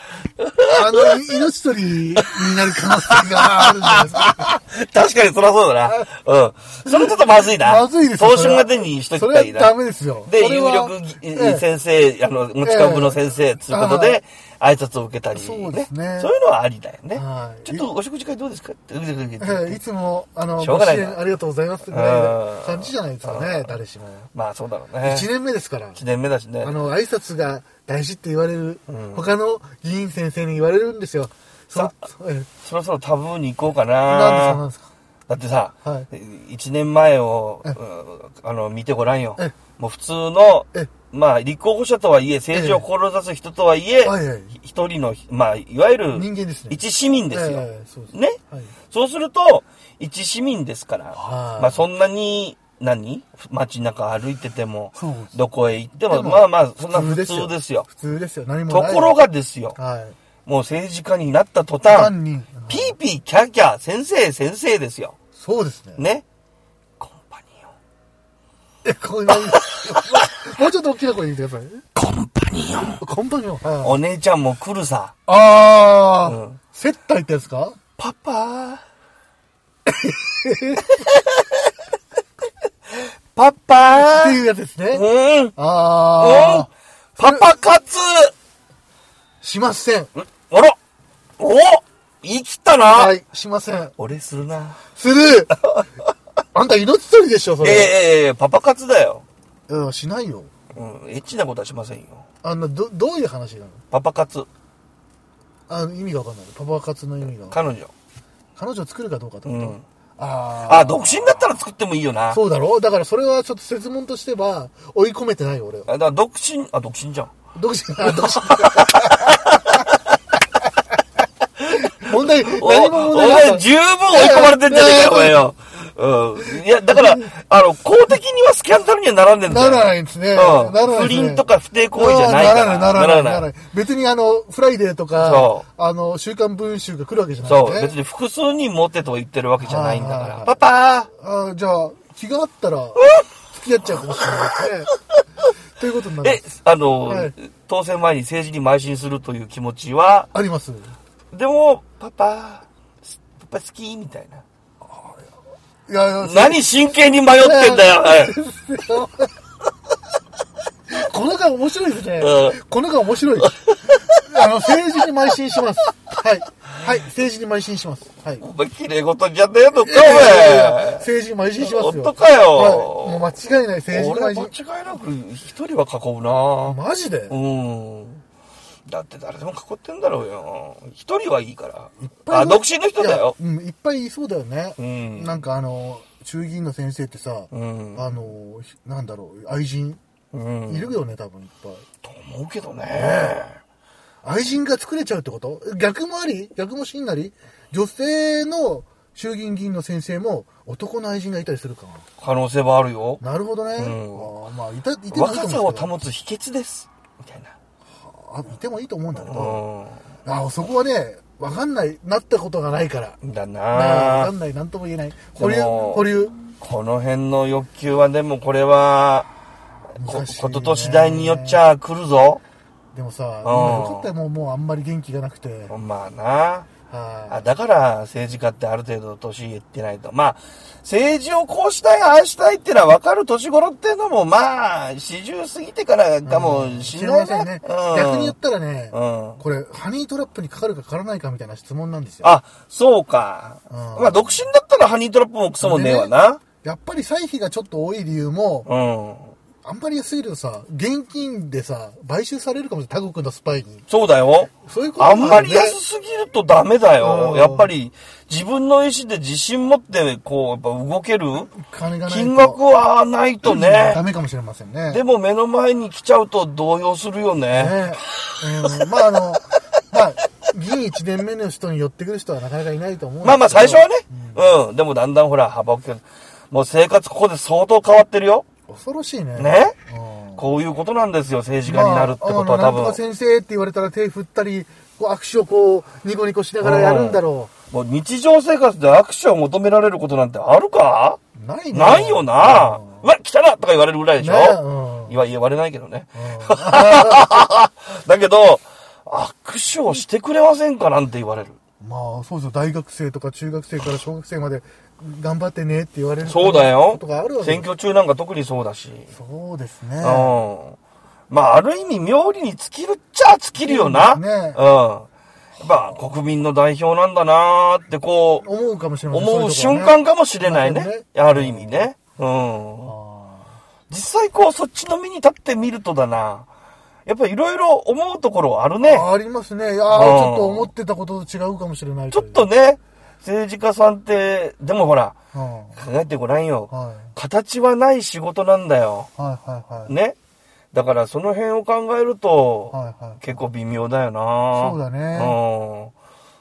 Speaker 2: あの、命取りになる可能性があるんじゃないですか。
Speaker 1: 確かにそりゃそう だな。うん。それちょっとまずいな。
Speaker 2: まずいですよ
Speaker 1: 投資
Speaker 2: それは
Speaker 1: が手にしとき
Speaker 2: そ
Speaker 1: た
Speaker 2: れ
Speaker 1: い
Speaker 2: は
Speaker 1: な
Speaker 2: ダ。メですよ。
Speaker 1: で、
Speaker 2: それ
Speaker 1: 有
Speaker 2: は
Speaker 1: 力
Speaker 2: ええ
Speaker 1: 先生、あの、持ち株の先生、つうことで、挨拶を受けたり、
Speaker 2: そうですね
Speaker 1: そういうのはありだよね
Speaker 2: は。い
Speaker 1: ちょっとお食事会どうですかって。うぐぐぐぐって
Speaker 2: ええいつも、あの、
Speaker 1: しょうがな
Speaker 2: ご支
Speaker 1: いな
Speaker 2: 援ありがとうございますぐ
Speaker 1: う
Speaker 2: らい
Speaker 1: ん
Speaker 2: の感じじゃないですかね、誰しも。
Speaker 1: まあそうだろうね。
Speaker 2: 1年目ですから。
Speaker 1: 一年目だしね。
Speaker 2: あの、挨拶が大事って言われる、他の議員先生に言われるんですよ。そ
Speaker 1: さ
Speaker 2: の、え
Speaker 1: そろそろタブーに行こうかな。
Speaker 2: えなんですか、
Speaker 1: だってさ、
Speaker 2: は
Speaker 1: 1年前を、
Speaker 2: え
Speaker 1: うんあの、見てごらんよ
Speaker 2: え。
Speaker 1: もう普通の
Speaker 2: え、
Speaker 1: まあ、立候補者とはいえ、政治を志す人とはいえ
Speaker 2: はいはい、
Speaker 1: ひ一人の、まあ、いわゆる、
Speaker 2: 人間ですね
Speaker 1: 一市民ですよ。
Speaker 2: ええそうです
Speaker 1: ね、
Speaker 2: はい
Speaker 1: そうすると、一市民ですから、
Speaker 2: はい
Speaker 1: まあ、そんなに、何街中歩いてても
Speaker 2: そうです、
Speaker 1: どこへ行って
Speaker 2: なんですか
Speaker 1: も、まあまあ、そんな普通ですよ。
Speaker 2: 普通ですよ。何も
Speaker 1: と
Speaker 2: ない。
Speaker 1: ころがですよ、
Speaker 2: はい。
Speaker 1: もう政治家になった途端
Speaker 2: 単、に、
Speaker 1: ピーピーキャーキャー、先生、先生ですよ。
Speaker 2: そうですね。
Speaker 1: ね。コンパニオン。
Speaker 2: え、こういうの もうちょっと大きな声で言ってください。
Speaker 1: コンパニオン。
Speaker 2: コンパニオン。はい
Speaker 1: お姉ちゃんも来るさ。
Speaker 2: あー、
Speaker 1: うん
Speaker 2: 接待ってやつか
Speaker 1: パパパ
Speaker 2: って
Speaker 1: パ
Speaker 2: いうやつですね。
Speaker 1: うん。うん。
Speaker 2: あ
Speaker 1: パ
Speaker 2: ー、
Speaker 1: パ活
Speaker 2: しません。
Speaker 1: あらお生きたな、
Speaker 2: はい、しません。
Speaker 1: 俺するな。
Speaker 2: するあんた命取りでしょ、そ
Speaker 1: ええ
Speaker 2: れ。
Speaker 1: ええええパパ活だよ。
Speaker 2: うん、しないよ。
Speaker 1: うん、エッチなことはしませんよ。
Speaker 2: あの、ど、どういう話なの
Speaker 1: パパ活。
Speaker 2: あの、意味がわかんない。パパ活の意味が。
Speaker 1: 彼女。
Speaker 2: 彼女を作るかどうかってこと、
Speaker 1: うん。
Speaker 2: あー
Speaker 1: あ、独身だったら作ってもいいよな。
Speaker 2: そうだろだからそれはちょっと説問としては、追い込めてないよ、俺は。
Speaker 1: あだから独身、あ、独身じゃん。
Speaker 2: どうしあどうし 問題、何
Speaker 1: お
Speaker 2: も問
Speaker 1: お
Speaker 2: 題なか
Speaker 1: 前
Speaker 2: った
Speaker 1: 十分追い込まれてんじゃねえか、お前よ。うん。いや、だから、あの、公的にはスキャンダルにはならんねんだよ。
Speaker 2: ならないんですね
Speaker 1: うん。
Speaker 2: ならないですね
Speaker 1: 不倫とか不貞行為じゃないから。
Speaker 2: ならない、ならない、なら
Speaker 1: な
Speaker 2: ない。別にあの、フライデーとか
Speaker 1: そ、
Speaker 2: あの、週刊文集が来るわけじゃない
Speaker 1: そう。
Speaker 2: ね。
Speaker 1: 別に複数人持ってとは言ってるわけじゃないんだ
Speaker 2: はいはい
Speaker 1: か
Speaker 2: は
Speaker 1: ら。
Speaker 2: い
Speaker 1: パパ
Speaker 2: あじゃあ、気があっ たら、付き合っちゃうかもしれないですね。ということにな
Speaker 1: ーえ
Speaker 2: ります。、
Speaker 1: あの
Speaker 2: はい、
Speaker 1: 当選前に政治に邁進するという気持ちは、
Speaker 2: あります。
Speaker 1: でも、パパ、すパパ好きみたいな。
Speaker 2: いや、いや
Speaker 1: 何真剣に迷ってんだよ、はい
Speaker 2: この間面白いですね。
Speaker 1: う
Speaker 2: この間 面白い。あの、政治に邁進します。はい。はい、政治に邁進します。はい。
Speaker 1: お前、綺麗事じゃねえのか、お
Speaker 2: いやいやいや
Speaker 1: 前。
Speaker 2: 政治に邁進しますよ。
Speaker 1: 本当かよ
Speaker 2: はいもう間違いない、政治
Speaker 1: 俺
Speaker 2: に
Speaker 1: は
Speaker 2: 邁
Speaker 1: 間
Speaker 2: 進。
Speaker 1: 違いなく一人は囲うな
Speaker 2: マジで
Speaker 1: うん。だって誰でも囲ってんだろうよ。一人はいいから。
Speaker 2: ぱい
Speaker 1: あ、独身の人だよ。
Speaker 2: いやうん、いっぱいいそうだよね。
Speaker 1: うん
Speaker 2: なんかあの、衆議院の先生ってさ、
Speaker 1: ん
Speaker 2: あの、ひなんだろう、愛人、
Speaker 1: うん。
Speaker 2: いるよね、多分いっぱい。
Speaker 1: と思うけどね。
Speaker 2: 愛人が作れちゃうってこと逆もあり逆もしんなり女性の衆議院議員の先生も男の愛人がいたりするか
Speaker 1: 可能性はあるよ。
Speaker 2: な。なるほど
Speaker 1: ん
Speaker 2: ね。あーまあ、いた、いてもいいと
Speaker 1: 若さ
Speaker 2: 思う
Speaker 1: を
Speaker 2: んですけど
Speaker 1: 保つ秘訣です。みたいな。
Speaker 2: あいてもいいと思うんだけど。
Speaker 1: う
Speaker 2: あそこはね、わかんない、なったことがないから。
Speaker 1: ん。だ
Speaker 2: わ
Speaker 1: な
Speaker 2: かんない、なんとも言えない。保留、
Speaker 1: でも
Speaker 2: 保留。
Speaker 1: この辺の欲求はでもこれは、こ
Speaker 2: 難しいね
Speaker 1: ことと次第によっちゃ来るぞ。
Speaker 2: でもさ、今よかったよ、もう、もうあんまり元気がなくて。はい、
Speaker 1: まあな。あだから政治家ってある程度年いってないと。まあ、政治をこうしたい、ああしたいってのは分かる年頃っていうのも、まあ、四十過ぎてからかもしれない
Speaker 2: 知ら
Speaker 1: ね。うん
Speaker 2: 逆に言ったらね、
Speaker 1: うん
Speaker 2: これ、ハニートラップにかかるかかからないかみたいな質問なんですよ。
Speaker 1: あ、そうか。
Speaker 2: うん
Speaker 1: まあ、独身だったらハニートラップもクソもねえわな。
Speaker 2: やっぱり歳費がちょっと多い理由も、
Speaker 1: うん。
Speaker 2: あんまり安すぎるとさ、現金でさ、買収されるかもしれない。他国のスパイに。
Speaker 1: そうだよ。
Speaker 2: そういうこと
Speaker 1: あ
Speaker 2: だ
Speaker 1: ん
Speaker 2: ね
Speaker 1: まり安すぎるとダメだよ。
Speaker 2: うん
Speaker 1: やっぱり、自分の意思で自信持って、こう、やっぱ動ける
Speaker 2: 金がないと。
Speaker 1: 金額はないとね
Speaker 2: ダ。メかもしれませんね。
Speaker 1: でも目の前に来ちゃうと動揺するよね。
Speaker 2: ね、うん、まああの、まあ、議員1年目の人に寄ってくる人はなかなかいないと思うんですけど
Speaker 1: まあまあ最初はね。うん。でもだんだんほら、幅を利かせもう生活ここで相当変わってるよ。
Speaker 2: 恐ろしいね。
Speaker 1: ね
Speaker 2: うん
Speaker 1: こういうことなんですよ、政治家になるってことは
Speaker 2: まあ
Speaker 1: 多
Speaker 2: あのなんとか
Speaker 1: 分。
Speaker 2: 先生って言われたら手振ったり、こう握手をこう、ニコニコしながらやるんだろ
Speaker 1: もう日常生活で握手を求められることなんてあるか
Speaker 2: う。ないね
Speaker 1: ないよな。
Speaker 2: うん
Speaker 1: うわ、来たなとか言われるぐらいでし
Speaker 2: ね
Speaker 1: ょ
Speaker 2: うん
Speaker 1: 言わ言われないけどね。
Speaker 2: うん
Speaker 1: だけど、握手をしてくれませんかなんて言われる。
Speaker 2: まあ、そうですよ。大学生とか中学生から小学生まで頑張ってねって言われる
Speaker 1: そうだよ
Speaker 2: ことがあるわ。け
Speaker 1: 選挙中なんか特にそうだし。
Speaker 2: そうですね。
Speaker 1: うん。まあ、ある意味、妙利に尽きるっちゃ尽きるよな。
Speaker 2: 尽き
Speaker 1: うん。
Speaker 2: るね
Speaker 1: やっぱ、国民の代表なんだなーって、こう、
Speaker 2: 思うかもしれません
Speaker 1: 思う
Speaker 2: そうい
Speaker 1: 瞬
Speaker 2: うとこはね
Speaker 1: 間かもしれないね。ある意味ね。うん。実際、こう、そっちの身に立ってみるとだな。やっぱ、いろいろ思うところあるね。
Speaker 2: あーありますね。
Speaker 1: う
Speaker 2: いやー
Speaker 1: ん
Speaker 2: ちょっと思ってたことと違うかもしれない
Speaker 1: ちょ
Speaker 2: と
Speaker 1: っ
Speaker 2: いう
Speaker 1: とね、政治家さんって、でもほら、
Speaker 2: うん
Speaker 1: 考えてごらんよ。
Speaker 2: はい。
Speaker 1: 形はない仕事なんだよ。
Speaker 2: はいはいはい。
Speaker 1: ね。だから、その辺を考えると、
Speaker 2: はいはい。
Speaker 1: 結構微妙だよな
Speaker 2: そうだね
Speaker 1: うん。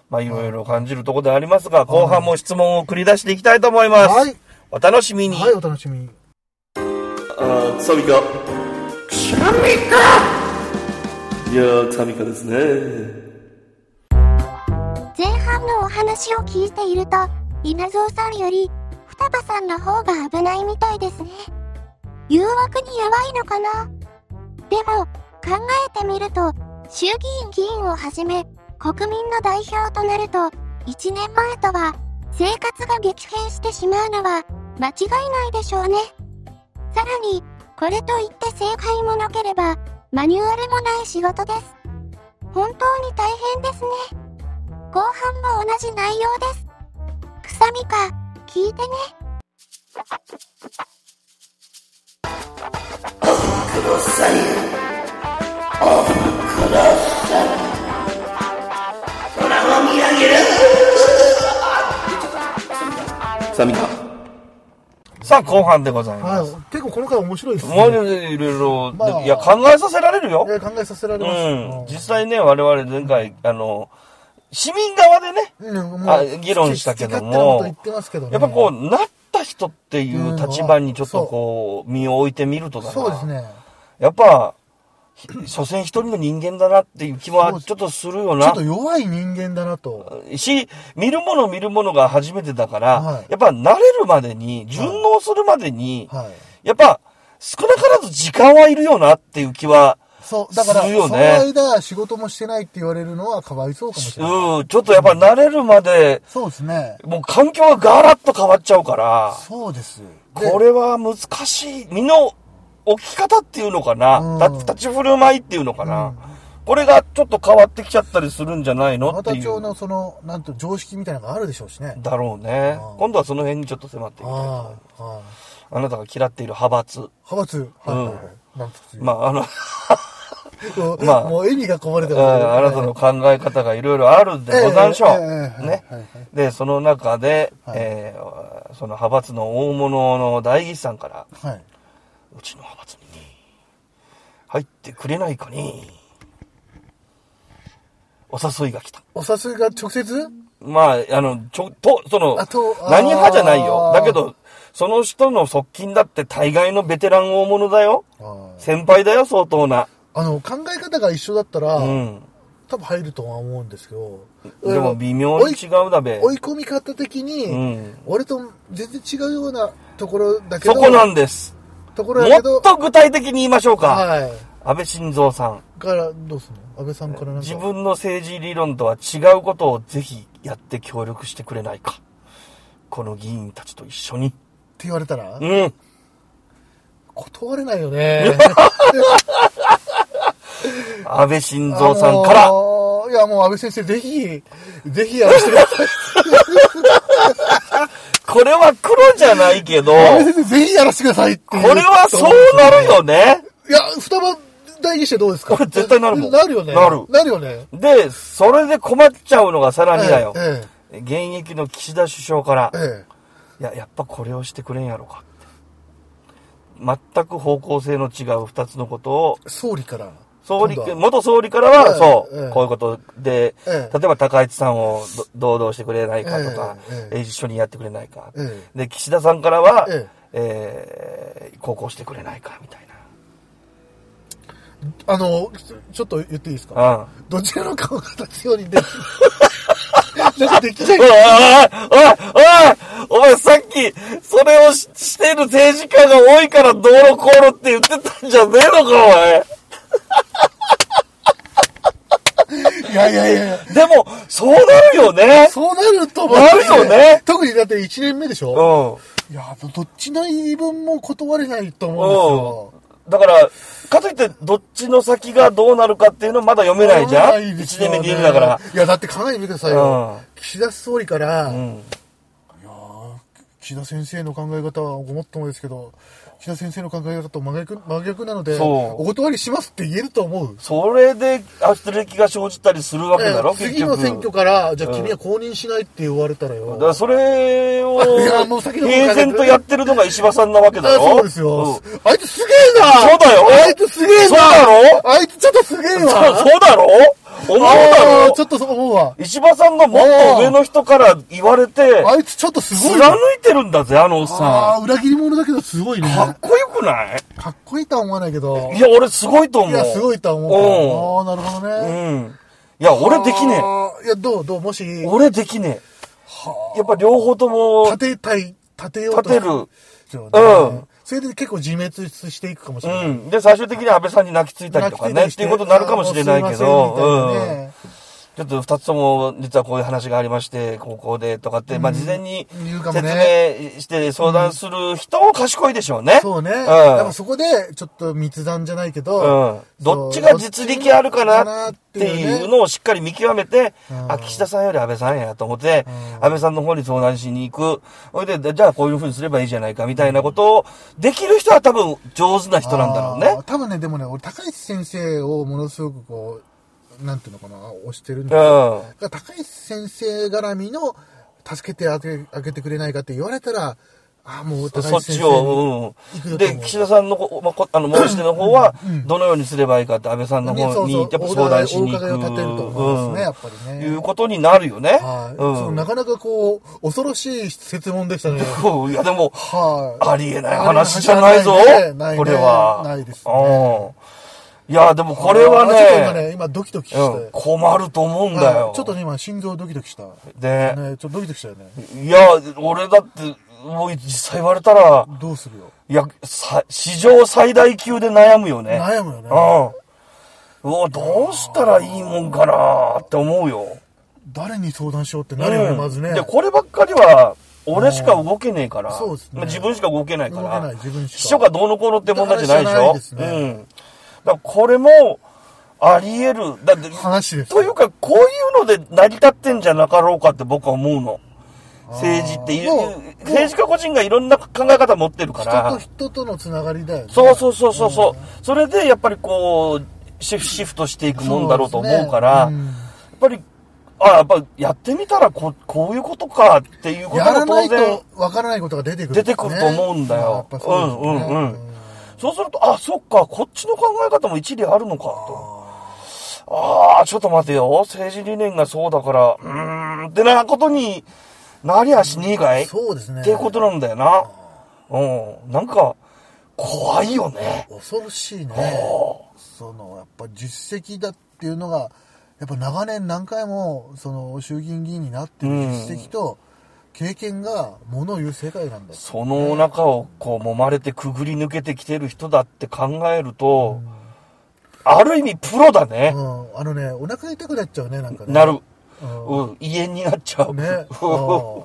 Speaker 1: まあ、いろいろ感じるところではありますが、後半も質問を繰り出していきたいと思います。
Speaker 2: はい。
Speaker 1: お楽しみに。
Speaker 2: はい、お楽しみに。
Speaker 4: ああ、サミカ。サミカいやー、サミカですね。
Speaker 3: 前半のお話を聞いていると、稲造さんより、双葉さんの方が危ないみたいですね。誘惑に弱いのかなでも、考えてみると、衆議院議員をはじめ、国民の代表となると、1年前とは、生活が激変してしまうのは、間違いないでしょうね。さらに、これといって正解もなければ、マニュアルもない仕事です。本当に大変ですね。後半も同じ内容です。くさみか、聞いてね。
Speaker 4: サミカ。
Speaker 1: さあ、後半でございます。
Speaker 2: はい。結構この回面白いですね。
Speaker 1: もういろいろ、
Speaker 2: まあ
Speaker 1: いや、考えさせられるよ
Speaker 2: い。や考えさせられ
Speaker 1: う
Speaker 2: ました。
Speaker 1: ん。実際ね、我々前回、あの、市民側でね、
Speaker 2: うん、も
Speaker 1: あ議論したけど
Speaker 2: 好き勝手なこと
Speaker 1: も
Speaker 2: 言ってますけどね
Speaker 1: やっぱこう、なった人っていう立場にちょっとこう、身を置いてみるとだな。
Speaker 2: そうですね。
Speaker 1: やっぱ、ひ所詮一人の人間だなっていう気
Speaker 2: そ
Speaker 1: は
Speaker 2: う
Speaker 1: ちょっとするよ
Speaker 2: ちょ
Speaker 1: な
Speaker 2: っと。弱い人間だなと。
Speaker 1: し、見るもの見るものが初めてだから、
Speaker 2: はい
Speaker 1: やっぱ慣れるまでに、順応するまでに、
Speaker 2: はい。
Speaker 1: やっぱ少なからず時間はいるよなっていう気は、
Speaker 2: そう、だから、
Speaker 1: する
Speaker 2: そ
Speaker 1: よ
Speaker 2: の
Speaker 1: ね
Speaker 2: 間仕事もしてないって言われるのはかわいそうかもしれない。
Speaker 1: うん、ちょっとやっぱ慣れるまで、
Speaker 2: そうですね。
Speaker 1: もう環境がガラッと変わっちゃうから、
Speaker 2: そうです。で
Speaker 1: これは難しい。身の置き方っていうのか
Speaker 2: うん
Speaker 1: な、立立ち振る舞いっていうのかな、これがちょっと変わってきちゃったりするんじゃないの
Speaker 2: ま
Speaker 1: って
Speaker 2: た
Speaker 1: いう。
Speaker 2: 町のその、なんと常識みたいなのがあるでしょうしね。
Speaker 1: だろうね
Speaker 2: う。ん
Speaker 1: 今度はその辺にちょっと迫っていきたいと思います
Speaker 2: ああ、はい。
Speaker 1: あなたが嫌っている派閥。
Speaker 2: 派閥。はいはいはい。なんとか
Speaker 1: まあ、あの、
Speaker 2: もう
Speaker 1: まあ
Speaker 2: もう笑みがこぼれて
Speaker 1: え
Speaker 2: ますね
Speaker 1: ーあなたの考え方がいろいろあるんでござんしょ
Speaker 2: ええええ
Speaker 1: う。
Speaker 2: ええ
Speaker 1: ね
Speaker 2: はいはい。
Speaker 1: で、その中で、
Speaker 2: はい
Speaker 1: えーその派閥の大物の代議士さんから、
Speaker 2: はい。
Speaker 1: うちの派閥に入ってくれないかに、お誘いが来た。
Speaker 2: お誘いが直接
Speaker 1: まあ、あの、ちょ、と、その
Speaker 2: あと、あー
Speaker 1: 何派じゃないよ。だけど、その人の側近だって大概のベテラン大物だよ。先輩だよ、相当な。
Speaker 2: あの、考え方が一緒だったら、
Speaker 1: うん。
Speaker 2: 多分入るとは思うんですけど。
Speaker 1: でも微妙に違うだべ。
Speaker 2: 追い込み方的に、
Speaker 1: うん
Speaker 2: 俺と全然違うようなところだけ
Speaker 1: そ
Speaker 2: ど、
Speaker 1: こなんです。
Speaker 2: ところだ
Speaker 1: も
Speaker 2: け
Speaker 1: っ
Speaker 2: ど、
Speaker 1: と具体的に言いましょうか。
Speaker 2: はい。
Speaker 1: 安倍晋三さん。
Speaker 2: から、どうすんの安倍さんからなんか。
Speaker 1: 自分の政治理論とは違うことをぜひやって協力してくれないか。この議員たちと一緒に。
Speaker 2: って言われたら
Speaker 1: う、ん。
Speaker 2: 断れないよ ね。
Speaker 1: 安倍晋三さんから
Speaker 2: あ。のーいや、もう安倍先生、ぜひ、ぜひやらせてください。
Speaker 1: これは黒じゃない けど、こ
Speaker 2: 安倍先生、ぜひやらせてくださいって
Speaker 1: れ
Speaker 2: いう
Speaker 1: はそうなるよね。
Speaker 2: いや、双葉大にしてどうですか
Speaker 1: これ絶対なるもん
Speaker 2: なるよね。
Speaker 1: なる
Speaker 2: なるよね。
Speaker 1: で、それで困っちゃうのがさらにだよ。
Speaker 2: ええ
Speaker 1: 現役の岸田首相から、
Speaker 2: ええ
Speaker 1: いや、やっぱこれをしてくれんやろかって。全く方向性の違う二つのことを、
Speaker 2: 総理から。
Speaker 1: 総理、
Speaker 2: 今度は
Speaker 1: 元総理からは、
Speaker 2: ええ
Speaker 1: そう、
Speaker 2: ええ
Speaker 1: こういうことで、
Speaker 2: ええ
Speaker 1: 例えば高市さんをど堂々してくれないかとか、
Speaker 2: ええ
Speaker 1: え一緒にやってくれないか、
Speaker 2: え
Speaker 1: で、岸田さんからは、
Speaker 2: え
Speaker 1: えー、高校してくれないか、みたい
Speaker 2: あの、ちょっと言っていいですか
Speaker 1: な。うん。
Speaker 2: どちらの顔が立つようにでき、 なんかできない
Speaker 1: おいおいおいおいお前さっき、それをししてる政治家が多いから道路凍るって言ってたんじゃねえのか、お前。
Speaker 2: いやいやいや
Speaker 1: でも、そうなるよね。
Speaker 2: そうなると思う。
Speaker 1: なるよね
Speaker 2: 特にだって1年目でしょ
Speaker 1: う
Speaker 2: いや、どっちの言い分も断れないと思うん
Speaker 1: ん。だから、かといって、どっちの先がどうなるかっていうのまだ読め
Speaker 2: ですよ。
Speaker 1: ないじゃ
Speaker 2: なんいで
Speaker 1: 一
Speaker 2: すよ
Speaker 1: 年
Speaker 2: ね
Speaker 1: 目議員だから。。
Speaker 2: いや、だって考えてみてくださいよ。
Speaker 1: う
Speaker 2: 岸田総理から、
Speaker 1: うん。
Speaker 2: 岸田先生の考え方はごもっともですけど、岸田先生の考え方と真逆真逆なので、
Speaker 1: そう
Speaker 2: お断りしますって言えると思う。
Speaker 1: それで、圧力が生じたりするわけだろ、結局。
Speaker 2: 次の選挙から、じゃあ
Speaker 1: うん
Speaker 2: 君は公認しないって言われたらよ。
Speaker 1: だからそれを
Speaker 2: いやもう先の方考えて
Speaker 1: 平然とやってるのが石破さんなわけだ
Speaker 2: あ
Speaker 1: ろ
Speaker 2: そうですよ。あいつすげえな
Speaker 1: そうだよ
Speaker 2: あいつすげえな
Speaker 1: そうだろ
Speaker 2: あいつちょっとすげえ
Speaker 1: そ
Speaker 2: わ
Speaker 1: そうだろ思うだ
Speaker 2: あ
Speaker 1: ろ
Speaker 2: ーちょっとそう思うわ。
Speaker 1: 石破さんがもっと上の人から言われて、
Speaker 2: あいつちょっとすごい
Speaker 1: 貫
Speaker 2: わ。
Speaker 1: いてるんだぜ、あのおっ
Speaker 2: あ
Speaker 1: さ
Speaker 2: あ、裏切り者だけどすごいね
Speaker 1: ん。。かっこよくない
Speaker 2: かっこいいとは思わないけど。
Speaker 1: いや、俺すごいと思。
Speaker 2: いうや、すごいとは思う
Speaker 1: う
Speaker 2: けど。ああー、なるほどね。
Speaker 1: ん。うん。いや、俺できね
Speaker 2: あーいや、どうどうもし、
Speaker 1: え。俺できねえ。やっぱ両方とも
Speaker 2: 立、てたい、立てよう
Speaker 1: 立
Speaker 2: と
Speaker 1: てる。
Speaker 2: すよね。
Speaker 1: うん
Speaker 2: それで結構自滅していくかもし
Speaker 1: う
Speaker 2: れない。
Speaker 1: ん。で、最終的に安倍さんに泣きついたりとかね、っていうことになるかもしれないけど、うん。ちょっと二つとも、実はこういう話がありまして、高校でとかって、まあ、事前に
Speaker 2: 言うかも
Speaker 1: 説
Speaker 2: ね
Speaker 1: 明して相談する人も賢いでしょうね。
Speaker 2: そうね。
Speaker 1: ん。
Speaker 2: やっぱそこで、ちょっと密談じゃないけ
Speaker 1: うん
Speaker 2: ど、
Speaker 1: どっちが実力あるかなっていう
Speaker 2: の
Speaker 1: のをしっかり見極めて、
Speaker 2: うん
Speaker 1: あ、岸田さんより安倍さんやと思って、
Speaker 2: うん
Speaker 1: 安倍さんの方に相談しに行く。ほいで、じゃあこういう風にすればいいじゃないかみたいなことを、できる人は多分上手な人なんだろうね。
Speaker 2: 多分ね、でもね、俺、高市先生をものすごくこう、なんていうのかな、推してるんだ
Speaker 1: う。
Speaker 2: だから高市先生絡みの、助けてあげあげてくれないかって言われたら、ああ、もうん高
Speaker 1: そっ
Speaker 2: 市
Speaker 1: ち
Speaker 2: 先生に
Speaker 1: を、
Speaker 2: 行
Speaker 1: うん。
Speaker 2: くよと思う
Speaker 1: で、岸田さんのこ、まあこあの、申し出の方は、どのようにすればいいかって安倍さんの
Speaker 2: ねそう
Speaker 1: 方に、
Speaker 2: そう
Speaker 1: やっぱ相談しに行く。
Speaker 2: お伺いを立てると思いますねやっぱりね
Speaker 1: うんいうことになるよね。
Speaker 2: はい、
Speaker 1: うん
Speaker 2: そうなかなかこう、恐ろしい質問でしたね。
Speaker 1: うん。いや、でも、
Speaker 2: はい、
Speaker 1: ありえない話じゃないぞ、
Speaker 2: ありえないね
Speaker 1: これは。
Speaker 2: ないねないです
Speaker 1: うん。いや、でもこれは
Speaker 2: あちょっと今
Speaker 1: ね、
Speaker 2: ね、今ドキドキして。
Speaker 1: うん困ると思うんだ
Speaker 2: は
Speaker 1: よ
Speaker 2: い。ちょっとね、今、心臓ドキドキした。ね、
Speaker 1: で
Speaker 2: ち、ょっとドキドキしたよね。
Speaker 1: いや、俺だって、もう実際言われたら、
Speaker 2: どうするよ。
Speaker 1: いや、さ史上最大級で悩むよね。
Speaker 2: 悩むよね
Speaker 1: うん。うわ、どうしたらいいもんかなって思うよ。
Speaker 2: 誰に相談しようってなるよね、
Speaker 1: うん
Speaker 2: まずね。
Speaker 1: で、こればっかりは、俺しか動けねえから。
Speaker 2: そうですね
Speaker 1: まあ自分しか動けないから。
Speaker 2: 動けない自分しか
Speaker 1: 秘書がどうのこうのって問題じゃないでし
Speaker 2: 話じゃない
Speaker 1: ょ
Speaker 2: ですね
Speaker 1: うん。だからこれも、あり得る。だって、
Speaker 2: 話ですよ
Speaker 1: というか、こういうので成り立ってんじゃなかろうかって僕は思うの。政治ってい
Speaker 2: もう
Speaker 1: う、政治家個人がいろんな考え方持ってるか
Speaker 2: 人
Speaker 1: ら。
Speaker 2: と人とのつながりだよね。
Speaker 1: そうそうそうそうそう、それでやっぱりこうシフシフトしていくもんだろうと思うから
Speaker 2: そうですねうん
Speaker 1: やっぱりあやっぱやってみたらここういうことかっていうこと
Speaker 2: やら
Speaker 1: が
Speaker 2: な
Speaker 1: 当
Speaker 2: い
Speaker 1: 然
Speaker 2: とわからないことが出てくるんで
Speaker 1: 出
Speaker 2: す
Speaker 1: てく
Speaker 2: ね、
Speaker 1: ると思うんだ
Speaker 2: まあや
Speaker 1: よ
Speaker 2: っ、ぱそう
Speaker 1: う
Speaker 2: で
Speaker 1: ん
Speaker 2: すね
Speaker 1: うんうんそうするとあそっかこっちの考え方も一理あるのかとああーちょっと待てよ政治理念がそうだからうーんってなことになりゃしねえかい、
Speaker 2: そうですね。
Speaker 1: っていうことなんだよなうんなんか怖いよね
Speaker 2: 恐ろしいねそのやっぱ実績だっていうのがやっぱ長年何回もその衆議院議員になってる実績と経験がものを言う世界なんだよ
Speaker 1: そのお腹をこう揉まれてくぐり抜けてきてる人だって考えると、ある意味プロだね
Speaker 2: う。ん、あのねお腹痛くなっちゃうねなんかね
Speaker 1: なる。
Speaker 2: うん
Speaker 1: うん、胃炎になっちゃう。
Speaker 2: ね
Speaker 1: うん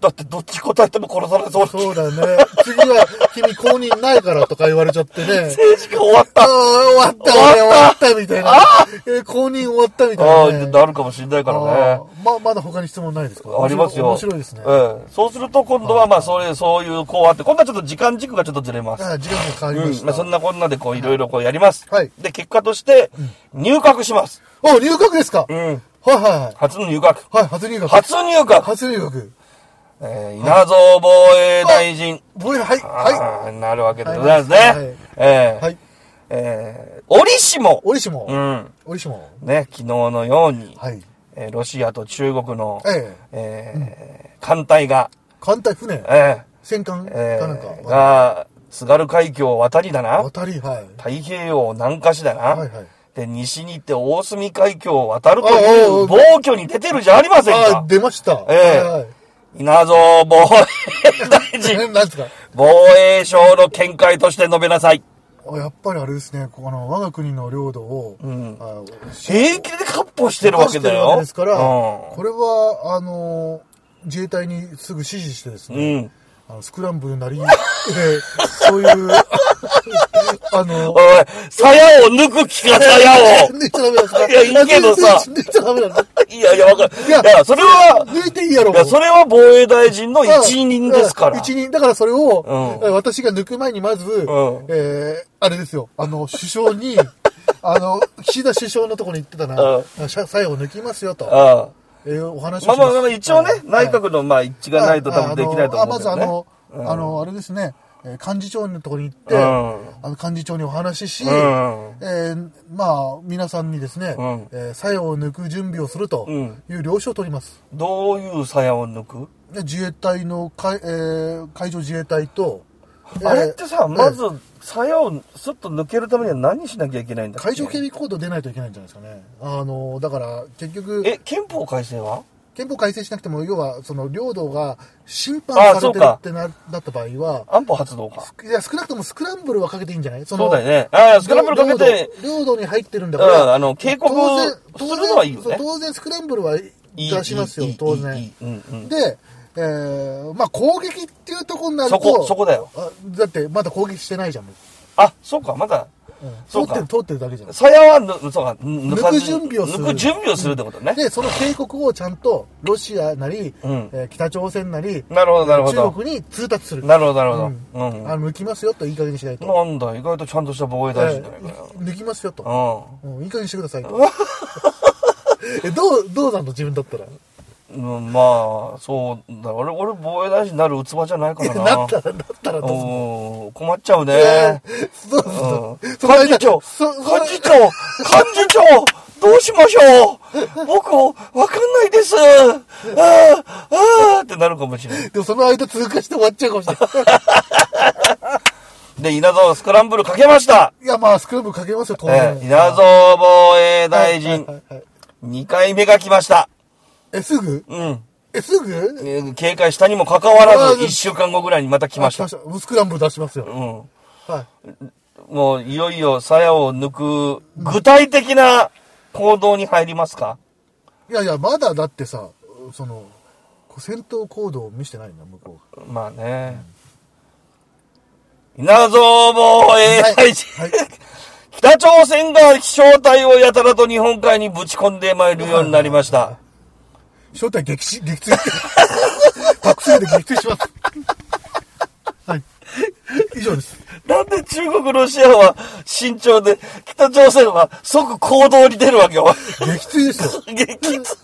Speaker 1: だってどっち答えても殺されそうな
Speaker 2: そうだよね。次は君公認ないからとか言われちゃって ね。
Speaker 1: 政治家終わっ
Speaker 2: ああ、
Speaker 1: た。
Speaker 2: 終わった、俺終わった、みたいな。えー公認終わった、み
Speaker 1: あ
Speaker 2: た
Speaker 1: あ、
Speaker 2: いな、 ね。
Speaker 1: なるかもしれないからね
Speaker 2: あ。ーま、まだ他に質問ないですか
Speaker 1: ありますよ。
Speaker 2: 面白いですね。
Speaker 1: ええそうすると今度はまあ、それ、そういうこうあって、今度はちょっと時間軸がちょっとずれます。
Speaker 2: あー時間が変わりまし
Speaker 1: うん、まあ、
Speaker 2: た。
Speaker 1: そんなこんなでこういろいろこうやります。
Speaker 2: はい
Speaker 1: で、結果として、入閣します。
Speaker 2: お、入学ですか、
Speaker 1: う
Speaker 2: はい
Speaker 1: ん。
Speaker 2: はいはい。
Speaker 1: 初の入閣。
Speaker 2: はい、初入学。
Speaker 1: 初入閣。
Speaker 2: 初入学。
Speaker 1: えー、稲造防衛大臣。
Speaker 2: ボイラー、はい、は
Speaker 1: あーなるわけでございますね。
Speaker 2: はいはい
Speaker 1: えー
Speaker 2: い。はい。
Speaker 1: えー、折しも。
Speaker 2: 折しも。
Speaker 1: うん。
Speaker 2: 折しも。
Speaker 1: ね、昨日のように、
Speaker 2: はい。
Speaker 1: えーロシアと中国の、
Speaker 2: ええ。
Speaker 1: えー艦隊が、
Speaker 2: 艦隊船。
Speaker 1: え
Speaker 2: 戦艦
Speaker 1: ーえ
Speaker 2: かなん
Speaker 1: ー
Speaker 2: か。
Speaker 1: が、津軽海峡を渡りだな、
Speaker 2: 渡り、はい。
Speaker 1: 太平洋を南下しだな、
Speaker 2: はいはい
Speaker 1: で、西に行って大隅海峡を渡ると
Speaker 2: ああ
Speaker 1: い
Speaker 2: あ
Speaker 1: う暴挙に出てるじゃありません
Speaker 2: あ
Speaker 1: か
Speaker 2: ー、。出ました。
Speaker 1: ええ
Speaker 2: はい
Speaker 1: 稲造防衛大
Speaker 2: はい。え
Speaker 1: 臣、
Speaker 2: なんですか
Speaker 1: 防衛省の見解として述べなさい。
Speaker 2: あやっぱりあれですね、ここの我が国の領土を、
Speaker 1: ん
Speaker 2: あ
Speaker 1: 平気で割歩してるわけだよ。
Speaker 2: 出してるわけですから、
Speaker 1: うん
Speaker 2: これは、あの、自衛隊にすぐ指示してですね、
Speaker 1: うん。
Speaker 2: あのスクランブルなり、えーそういう、 あの、
Speaker 1: おい、鞘を抜く気か、鞘を。
Speaker 2: 抜いちゃダメなんですか
Speaker 1: いやいいけどさ
Speaker 2: 抜いちゃダメなんですか
Speaker 1: いやいや、わかる。い
Speaker 2: いや
Speaker 1: や、それは、
Speaker 2: 抜いていいやろ。
Speaker 1: いや、それは防衛大臣の一任ですか
Speaker 2: うん
Speaker 1: ら。
Speaker 2: 一人。だからそれを、
Speaker 1: うん
Speaker 2: えー私が抜く前にまず、えーあれですよ、あの、首相に、あの、岸田首相のところに行ってた
Speaker 1: う
Speaker 2: な、社債を抜きますよと、
Speaker 1: ああ
Speaker 2: えーお話をし
Speaker 1: ま
Speaker 2: ま
Speaker 1: あ
Speaker 2: す。
Speaker 1: まあまあ、一応ね、
Speaker 2: はい
Speaker 1: 内閣のまあ一致がないと多分できないと思うんだよね。
Speaker 2: あのあまずあの、あの、あれですね、えー幹事長のところに行って、
Speaker 1: うん
Speaker 2: あの幹事長にお話しし、
Speaker 1: ん
Speaker 2: えーまあ、皆さんにですね、
Speaker 1: うん
Speaker 2: えー作用を抜く準備をすると
Speaker 1: うん
Speaker 2: いう了承を取ります。
Speaker 1: どういう鞘を抜く
Speaker 2: で自衛隊の海、えー海上自衛隊と、
Speaker 1: あれって
Speaker 2: え
Speaker 1: さ、
Speaker 2: ー
Speaker 1: まず、鞘をスッと抜けるためには何しなきゃいけないんだっけ
Speaker 2: 海上警備行動出ないといけないんじゃないですかね。あの、だから、結局、
Speaker 1: え、憲法改正は
Speaker 2: 憲法改正しなくても、要は、その、領土が侵犯
Speaker 1: あ
Speaker 2: され
Speaker 1: そう
Speaker 2: てる
Speaker 1: か
Speaker 2: ってな、だった場合は、
Speaker 1: 安保発動か。
Speaker 2: いや、少なくともスクランブルはかけていいんじゃないその
Speaker 1: そうだよね。ああ、スクランブルかけて、
Speaker 2: 領領土に入ってるんだ
Speaker 1: う
Speaker 2: か
Speaker 1: ん、
Speaker 2: ら、
Speaker 1: あの、警告
Speaker 2: 当然
Speaker 1: するのはいいよ
Speaker 2: そう
Speaker 1: ね。
Speaker 2: 当然スクランブルはい
Speaker 1: いい
Speaker 2: 出しますよ
Speaker 1: いい
Speaker 2: 当
Speaker 1: いいいい
Speaker 2: 然
Speaker 1: うんうん
Speaker 2: で、えーまあ攻撃っていうところになる
Speaker 1: そ
Speaker 2: と
Speaker 1: こ、そこだよ。
Speaker 2: あだってまだ攻撃してないじゃん、も
Speaker 1: あ、そうか、まだ。
Speaker 2: ううん
Speaker 1: そう
Speaker 2: 通
Speaker 1: か
Speaker 2: ってる通ってるだけじゃん
Speaker 1: 鞘はぬ、そうか、抜かず
Speaker 2: 抜く準備をする
Speaker 1: 抜く準備をするってことね。
Speaker 2: でその警告をちゃんとロシアなり、
Speaker 1: うん
Speaker 2: えー北朝鮮なり
Speaker 1: なるほど、なるほ
Speaker 2: 中
Speaker 1: ど。
Speaker 2: 国に通達する
Speaker 1: なるほど、なるほど。
Speaker 2: うん
Speaker 1: うん
Speaker 2: あ。の抜きますよといい加減にしないと、
Speaker 1: なんだ、意外とちゃんとした防衛大臣じゃないか
Speaker 2: えー抜きますよと、
Speaker 1: よ。
Speaker 2: うん、いい加減にしてくださ いとえどうどうなの自分だったら
Speaker 1: うん。うんまあ、そうだ。俺、俺防衛大臣になる器じゃないからな。
Speaker 2: なったらなったらどうする
Speaker 1: おー困っちゃうね。
Speaker 2: そ
Speaker 1: う
Speaker 2: う
Speaker 1: ん
Speaker 2: そうそう。その
Speaker 1: 幹事
Speaker 2: 間
Speaker 1: 長幹
Speaker 2: そその
Speaker 1: 事長幹事長どうしましょう僕、わかんないですああああってなるかもしれない。
Speaker 2: でもその間通過して終わっちゃうかもし れない。
Speaker 1: で、稲造スクランブルかけました
Speaker 2: いや、まあ、スクランブルかけますよ、当
Speaker 1: え
Speaker 2: 然。
Speaker 1: ー、稲造防衛大臣、
Speaker 2: はいはいはい
Speaker 1: 2回目が来ました。
Speaker 2: え、すぐ
Speaker 1: うん。
Speaker 2: え、すぐ
Speaker 1: えー警戒したにもかかわら
Speaker 2: あ
Speaker 1: ず、1週間後ぐらいにまた来ました
Speaker 2: あ。もうスクランブル出しますよ。
Speaker 1: うん。
Speaker 2: は
Speaker 1: もう、いよいよ、鞘を抜く、具体的な行動に入りますか
Speaker 2: い。いやいや、まだだってさ、その、こう戦闘行動を見せてないんだ、向こう
Speaker 1: まあね。稲造防衛大臣。
Speaker 2: はい
Speaker 1: 北朝鮮が飛翔体をやたらと日本海にぶち込んでまいるようになりました。
Speaker 2: が。正体撃墜、撃墜。 パクスで撃墜します。はい。以上です。
Speaker 1: なんで中国、ロシアは慎重で、北朝鮮は即行動に出るわけよ。
Speaker 2: 撃墜ですよ。
Speaker 1: 激 痛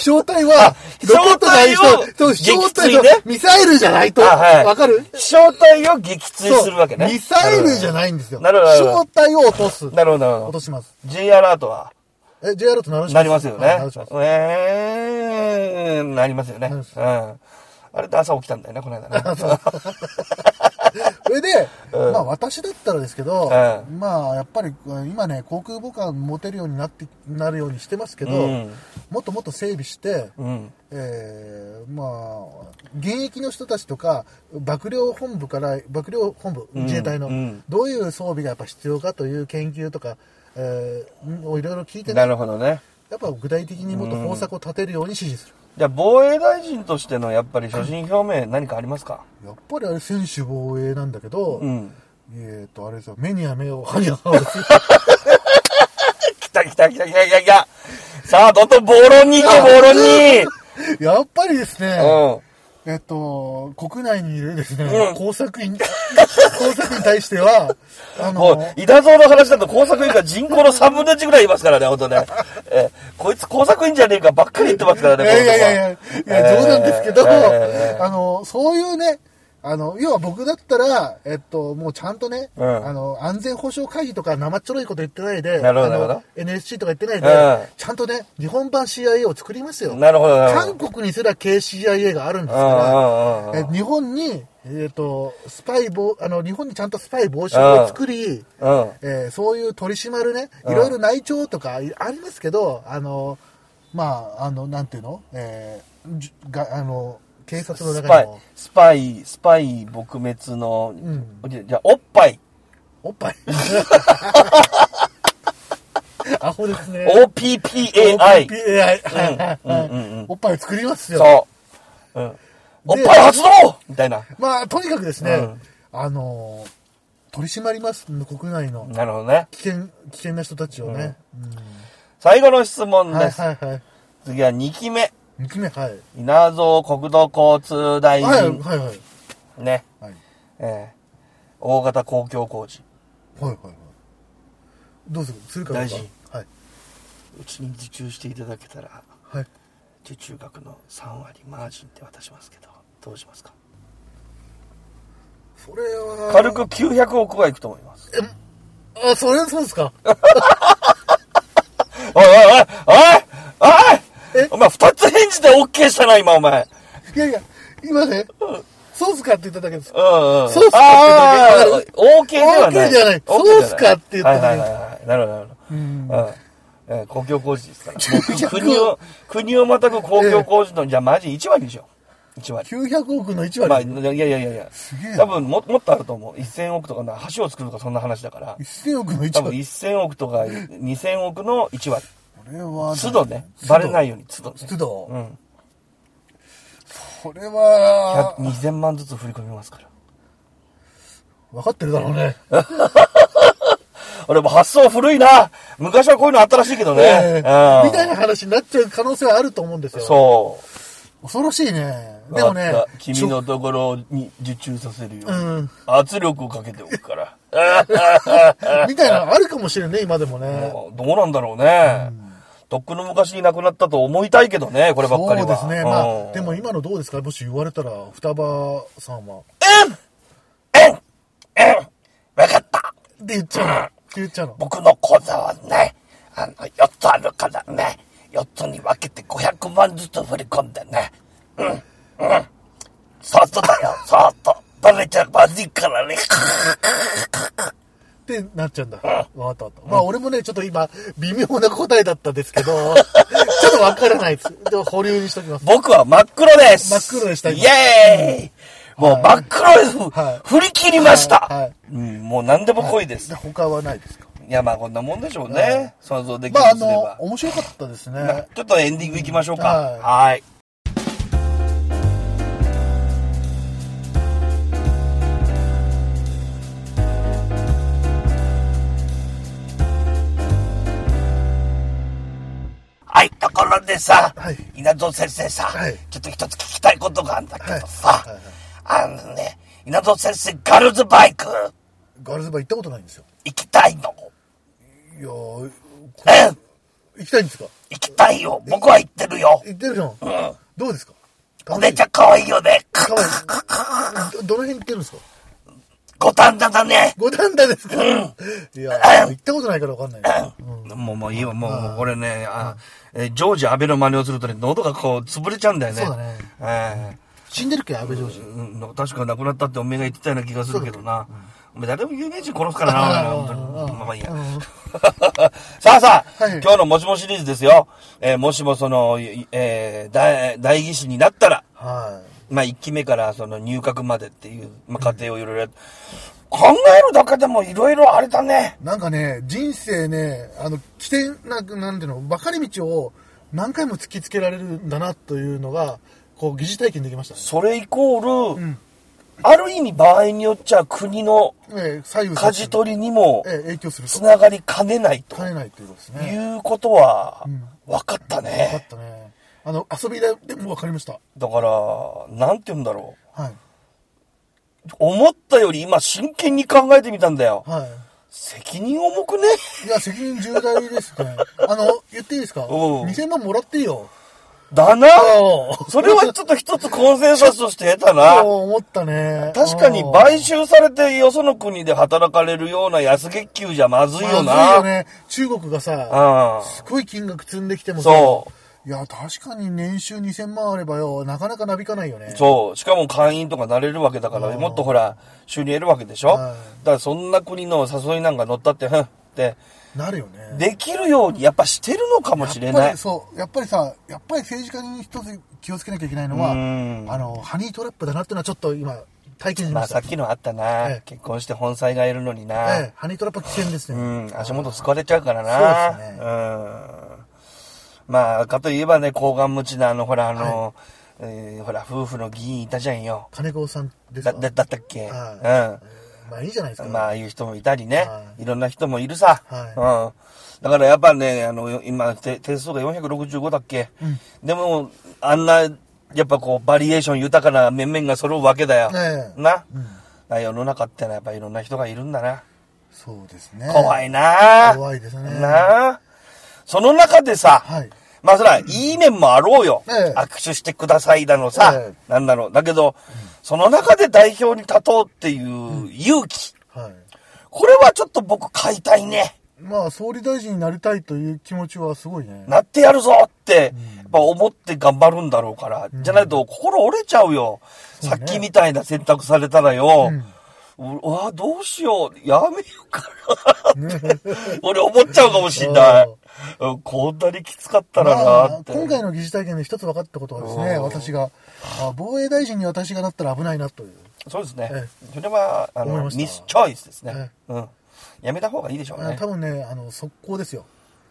Speaker 2: 正体は、ロケットない
Speaker 1: 正体を
Speaker 2: と、正体
Speaker 1: 撃墜
Speaker 2: の
Speaker 1: ね
Speaker 2: ミサイルじゃないと、
Speaker 1: あはい
Speaker 2: わかる
Speaker 1: 飛翔体を撃墜
Speaker 2: そう
Speaker 1: するわけね。
Speaker 2: ミサイルじゃないんですよ。
Speaker 1: なるほどなるほど
Speaker 2: 正体を落とす。
Speaker 1: なるほど、なる
Speaker 2: 落
Speaker 1: ほ
Speaker 2: と
Speaker 1: ど。
Speaker 2: します。
Speaker 1: J アラートは
Speaker 2: え、J アラート鳴らし
Speaker 1: なりますよ
Speaker 2: はい
Speaker 1: ね
Speaker 2: 鳴らします。。
Speaker 1: えー、なりますよね。
Speaker 2: な
Speaker 1: う
Speaker 2: り
Speaker 1: ん
Speaker 2: ます。
Speaker 1: あれって朝起きたんだよね、この間 ね。
Speaker 2: それで、まあ私だったらですけど、
Speaker 1: う
Speaker 2: まあやっぱり今ね、航空母艦持てるようになって、なるようにしてますけど、
Speaker 1: うん
Speaker 2: もっともっと整備して、
Speaker 1: うん。
Speaker 2: えーまあ、現役の人たちとか、幕僚本部から、幕僚本部、自衛隊の、
Speaker 1: うん
Speaker 2: どういう装備がやっぱ必要かという研究とか、えーをいろいろ聞いてね、
Speaker 1: なるほどね。
Speaker 2: やっぱ具体的にもっと方策を立てるように指示する。
Speaker 1: じゃあ、防衛大臣としてのやっぱり所信表明何かありますか
Speaker 2: やっぱりあれ、専守防衛なんだけど、
Speaker 1: ん
Speaker 2: えっ、と、あれさ、目には目を、歯には歯を。
Speaker 1: 来た来た来た来た来た来たさあ、どんどん暴論に行け、暴論に
Speaker 2: やっぱりですね、
Speaker 1: うん。
Speaker 2: えっと、国内にいるですね、
Speaker 1: うん
Speaker 2: 工作員、工作に対しては、あ
Speaker 1: も
Speaker 2: の、
Speaker 1: う、伊田蔵の話だと工作員が人口の3分の1ぐらいいますからね、ほんとね。えーこいつ工作員じゃねえかばっかり言ってますから
Speaker 2: い
Speaker 1: ね、
Speaker 2: やいやいやいや、いや冗談ですけど、
Speaker 1: えー
Speaker 2: あの、そういうね、あの、要は僕だったら、えっと、もうちゃんとね、
Speaker 1: うん
Speaker 2: あの、安全保障会議とか生っちょろいこと言ってないで、
Speaker 1: なるほど
Speaker 2: あの
Speaker 1: なるほ
Speaker 2: NSC とか言ってないで、
Speaker 1: うん
Speaker 2: ちゃんとね、日本版 CIA を作りますよ。
Speaker 1: なるほど、なるほど
Speaker 2: 韓。国にすら KCIA があるんです
Speaker 1: うんうん
Speaker 2: か
Speaker 1: うん
Speaker 2: ら、
Speaker 1: うん
Speaker 2: え日本に、えっと、スパイ防、あの、日本にちゃんとスパイ防止法を作り、
Speaker 1: うん。
Speaker 2: えーそういう取り締まるね、
Speaker 1: ん
Speaker 2: いろいろ内調とかいありますけど、あの、まあ、あの、なんていうのえーじゅが、あの、警察の
Speaker 1: ス
Speaker 2: 中
Speaker 1: パ
Speaker 2: に
Speaker 1: イ
Speaker 2: も、、
Speaker 1: スパイ、スパイ撲滅の、
Speaker 2: ん
Speaker 1: じゃじゃあ、おっぱい、
Speaker 2: おっぱい。 アホですね。
Speaker 1: OPPAI。
Speaker 2: AI。おっぱいを作りますよ。
Speaker 1: そう。うん。おっぱい発動みたいな。
Speaker 2: まあ、とにかくですね、
Speaker 1: うん
Speaker 2: あの、取り締まります、国内の
Speaker 1: なるほどね。
Speaker 2: 危険、危険な人たちをね。
Speaker 1: 最後の質問
Speaker 2: うんはい
Speaker 1: です。
Speaker 2: はいはい。
Speaker 1: 次は2期目。
Speaker 2: 二期目、はい。
Speaker 1: 稲造国土交通大
Speaker 2: はいはい
Speaker 1: 臣。
Speaker 2: はい。はい
Speaker 1: ね。
Speaker 2: はい
Speaker 1: えー大型公共工事。
Speaker 2: はいはいはい。どうするするかどうか
Speaker 1: 大臣
Speaker 2: はい。
Speaker 1: うちに受注していただけたら、
Speaker 2: はい。
Speaker 1: 受注額の3割マージンって渡しますけど、どうしますか
Speaker 2: それは。
Speaker 1: 軽く900億はいくと思います。
Speaker 2: あ、それはそうですか。
Speaker 1: おいおいおいおいおい
Speaker 2: え
Speaker 1: お前二つ返事で OK したな、今お前。
Speaker 2: いやいや、今ね、そうっすかって言っただけです。
Speaker 1: うんうん。
Speaker 2: そうっすか
Speaker 1: あ
Speaker 2: って
Speaker 1: ー OK ではない。
Speaker 2: OK じゃない
Speaker 1: OK
Speaker 2: そうっすかって言った
Speaker 1: は
Speaker 2: だ
Speaker 1: い
Speaker 2: け
Speaker 1: はいはいはい。なるほど、なるほど。
Speaker 2: うん。
Speaker 1: うんえー公共工事ですから。
Speaker 2: 900
Speaker 1: 国を、国をまたぐ公共工事の、じゃあマジ1割でしょ。1割。
Speaker 2: 900億の1
Speaker 1: まあ、
Speaker 2: 割。
Speaker 1: いやいやいやいや
Speaker 2: げえ。な
Speaker 1: 多分も、もっとあると思う。1000億とかな、橋を作るとかそんな話だから。
Speaker 2: 1000億の
Speaker 1: 多
Speaker 2: 1
Speaker 1: 分
Speaker 2: 割。
Speaker 1: 1000億とか2000億の1割。
Speaker 2: これは、
Speaker 1: 都度ね。バレないように都度ね。
Speaker 2: 都度
Speaker 1: うん。
Speaker 2: これは
Speaker 1: 100、2000万ずつ振り込みますから。
Speaker 2: 分かってるだろうね。
Speaker 1: あれも発想古いな。昔はこういうのあったらしいけどね。
Speaker 2: ええ
Speaker 1: うん
Speaker 2: みたいな話になっちゃう可能性はあると思うんですよ。
Speaker 1: そう。
Speaker 2: 恐ろしいね。でもね
Speaker 1: わかった、
Speaker 2: ちょ
Speaker 1: 君のところに受注させるように、
Speaker 2: うん
Speaker 1: 圧力をかけておくから。
Speaker 2: みたいなのあるかもしれんね、今でもね。
Speaker 1: もうどうなんだろうね。とっくの昔に亡くなったと思いたいけどね、こればっかり
Speaker 2: そうで
Speaker 1: は。
Speaker 2: すね。ま
Speaker 1: う
Speaker 2: あ、
Speaker 1: ん
Speaker 2: でも今のどうですかもし言われたら、双葉さんは。
Speaker 1: わかった。
Speaker 2: って言っちゃうの。って言っちゃうの。
Speaker 1: 僕の口座はね、あの、4つあるからね、4つに分けて500万ずつ振り込んでね。うん、うん。そっとだよ、そっと。バレちゃまずいからね。
Speaker 2: ってなっちゃうんだ。わかったわかった。まあ俺もね、ちょっと今、微妙な答えだったんですけど、 ちょっとわからないです。でも保留にしときます。
Speaker 1: 僕は真っ黒です。
Speaker 2: 真っ黒でした
Speaker 1: イ
Speaker 2: 今
Speaker 1: エーイ、もう真っ黒です、
Speaker 2: はい
Speaker 1: 振り切りました、
Speaker 2: はいはい
Speaker 1: うん、もう何でも来いです。
Speaker 2: で他はないですか
Speaker 1: い、や、まあこんなもんでしょうね。
Speaker 2: はい
Speaker 1: 想像できる
Speaker 2: まああ
Speaker 1: とすれば、
Speaker 2: の、面白かったですね。
Speaker 1: ちょっとエンディングいきましょうか。
Speaker 2: はい
Speaker 1: はいはい、ところでさ、
Speaker 2: はい
Speaker 1: 稲造先生さ、
Speaker 2: はい
Speaker 1: ちょっと一つ聞きたいことがあるんだけどさ、
Speaker 2: はいはい
Speaker 1: あのね、稲造先生、ガールズバイク
Speaker 2: ガールズバー行ったことないんですよ。
Speaker 1: 行きたいの
Speaker 2: いやーこれ
Speaker 1: うん
Speaker 2: 行きたいんですか
Speaker 1: 行きたいよ僕は行ってるよ
Speaker 2: 行ってるじゃん。どうですか
Speaker 1: お姉ちゃん可愛いよね
Speaker 2: かわいい。どどの辺行ってるんですか
Speaker 1: 五反田だね。
Speaker 2: 五反田ですかいやー、行ったことないからわかんないです。
Speaker 1: もう、もういいよ、もう、これね、あ、えー、ジョージ安倍の真似をするとね、喉がこう、潰れちゃうんだよね。
Speaker 2: そうだね
Speaker 1: え
Speaker 2: 死んでるっけ安倍上司
Speaker 1: え。うん、確か亡くなったっておめえが言ってたような気がするけどな。お前誰も有名人殺すからな、
Speaker 2: う
Speaker 1: 本
Speaker 2: ん
Speaker 1: 当に。
Speaker 2: うん
Speaker 1: まあまあいいや。 さあさあ、
Speaker 2: はい
Speaker 1: 今日のもしもシリーズですよ。えーもしもその、いえー、大、大義士になったら、
Speaker 2: は
Speaker 1: まあ、1期目からその入閣までっていう、まあ、過程をいろいろやっ考えるだけでもいろいろあれだね。
Speaker 2: い。なんかね、人生ね、あの、起点、なんなんていうの、分かれ道を何回も突きつけられるんだなというのがこう疑似体験できましたね
Speaker 1: それイコール、
Speaker 2: ん
Speaker 1: ある意味場合によっちゃ国の
Speaker 2: ええ左右
Speaker 1: 舵取りにも
Speaker 2: ええ影響する
Speaker 1: つながりかねないと
Speaker 2: 変えないということですね
Speaker 1: いうことは
Speaker 2: ん
Speaker 1: 分かった
Speaker 2: 分か
Speaker 1: ね
Speaker 2: っ。たねあの遊びででも分かりました
Speaker 1: だから、なんて言うんだろう。
Speaker 2: はい
Speaker 1: 思ったより今真剣に考えてみたんだよ。
Speaker 2: は
Speaker 1: 責任重くね
Speaker 2: いいや責任重大です ねあの言っていいですか
Speaker 1: おう
Speaker 2: 2000万もらっていいよ
Speaker 1: だな
Speaker 2: おう
Speaker 1: それ はちょっと一つコンセンサスとして得たな
Speaker 2: そう。思ったね
Speaker 1: 確かに
Speaker 2: うん
Speaker 1: 買収されてよその国で働かれるような安月給じゃまずいよ
Speaker 2: まずい
Speaker 1: な。
Speaker 2: よね中国がさ
Speaker 1: うん。
Speaker 2: すごい金額積んできても。
Speaker 1: そう
Speaker 2: いや、確かに年収2000万あればよ、なかなかなびかないよね。
Speaker 1: そう。しかも会員とかなれるわけだから、もっとほら、収入得るわけでしょ、
Speaker 2: はい
Speaker 1: だからそんな国の誘いなんか乗ったって、ふんって、
Speaker 2: なるよね。
Speaker 1: できるようにやっぱしてるのかもしれ
Speaker 2: やっぱ
Speaker 1: な
Speaker 2: り
Speaker 1: い。
Speaker 2: そう。やっぱりさ、やっぱり政治家に一つ気をつけなきゃいけないのは、あ
Speaker 1: うん
Speaker 2: の、ハニートラップだなっていうのはちょっと今、体験し
Speaker 1: ま
Speaker 2: ま
Speaker 1: あ
Speaker 2: し
Speaker 1: さ
Speaker 2: た。
Speaker 1: っきのあったな、
Speaker 2: ええ
Speaker 1: 結婚して本妻がいるのにな、
Speaker 2: ええ、ハニートラップ危険です
Speaker 1: う
Speaker 2: ね。
Speaker 1: ん、足元疲れちゃうからな。
Speaker 2: そうですね
Speaker 1: うん。まあ、かといえばね、高顔無知なあの、ほら、あの、えーほら、夫婦の議員いたじゃんよ。
Speaker 2: 金子さんです
Speaker 1: だ、
Speaker 2: か
Speaker 1: だだったっけ、
Speaker 2: は
Speaker 1: うん。
Speaker 2: まあいいじゃないですか。
Speaker 1: まあ、いう人もいたりね、、
Speaker 2: はい
Speaker 1: ろんな人もいるさ、
Speaker 2: は
Speaker 1: うん。だからやっぱね、あの、今、て定数が465だっけ、でも、あんな、やっぱこう、バリエーション豊かな面々が揃うわけだよ。
Speaker 2: ええ
Speaker 1: な、だから世の中ってのはやっぱいろんな人がいるんだな。
Speaker 2: そうですね。
Speaker 1: 怖いな
Speaker 2: 怖いですね
Speaker 1: なあその中でさ、
Speaker 2: はい。
Speaker 1: まあそら、いい面もあろうよ。
Speaker 2: ええ
Speaker 1: 握手してくださいだのさ、
Speaker 2: え
Speaker 1: なんだろう。だけど、その中で代表に立とうっていう勇気。
Speaker 2: はい。
Speaker 1: これはちょっと僕買いたいね。
Speaker 2: まあ、総理大臣になりたいという気持ちはすごいね。
Speaker 1: なってやるぞって、やっぱ思って頑張るんだろうから。じゃないと心折れちゃうよ。さっきみたいな選択されたらよ。うわ、どうしよう。やめようかなって。俺思っちゃうかもしんない。うんこんなにきつかったらなって。
Speaker 2: まあ今回の疑似体験で一つ分かったことはですね、
Speaker 1: うん
Speaker 2: 私が、あ防衛大臣に私がなったら危ないなという。
Speaker 1: そうですね
Speaker 2: え。
Speaker 1: それは、あ
Speaker 2: 思い
Speaker 1: の、
Speaker 2: ました
Speaker 1: ミスチョイスですね
Speaker 2: え。
Speaker 1: うん。やめた方がいいでしょう
Speaker 2: あ
Speaker 1: ね
Speaker 2: 多。分ね、あの、速攻ですよ。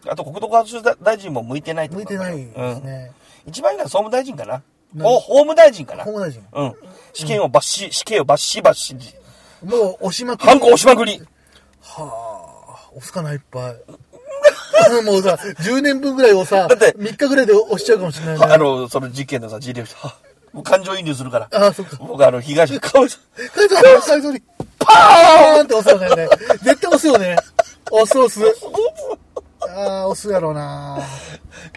Speaker 1: あと、国土交通大臣も向いてないと
Speaker 2: 向
Speaker 1: 思
Speaker 2: いうてないです
Speaker 1: うん
Speaker 2: ね。
Speaker 1: 一番いいのは総務大臣かな。
Speaker 2: な
Speaker 1: お、法務大臣かな。
Speaker 2: 法務大臣。
Speaker 1: うん。試験をバッシ、試験をバッシバッシ、
Speaker 2: もう、押しまく
Speaker 1: ハンコ押しまくり。
Speaker 2: はあ、押すかないっぱい。 もうさ、10年分ぐらいをさ、
Speaker 1: だって
Speaker 2: 3日ぐらいで押しちゃうかもしれない ね。
Speaker 1: あの、その事件のさ、事例をさ、はもう感情移入するから。
Speaker 2: ああ、そっか。
Speaker 1: 僕、あの、東川さん、
Speaker 2: カイトさん、最初に、パーンって押すよね。絶対押す よね。押す押す。ああ、押すやろうな。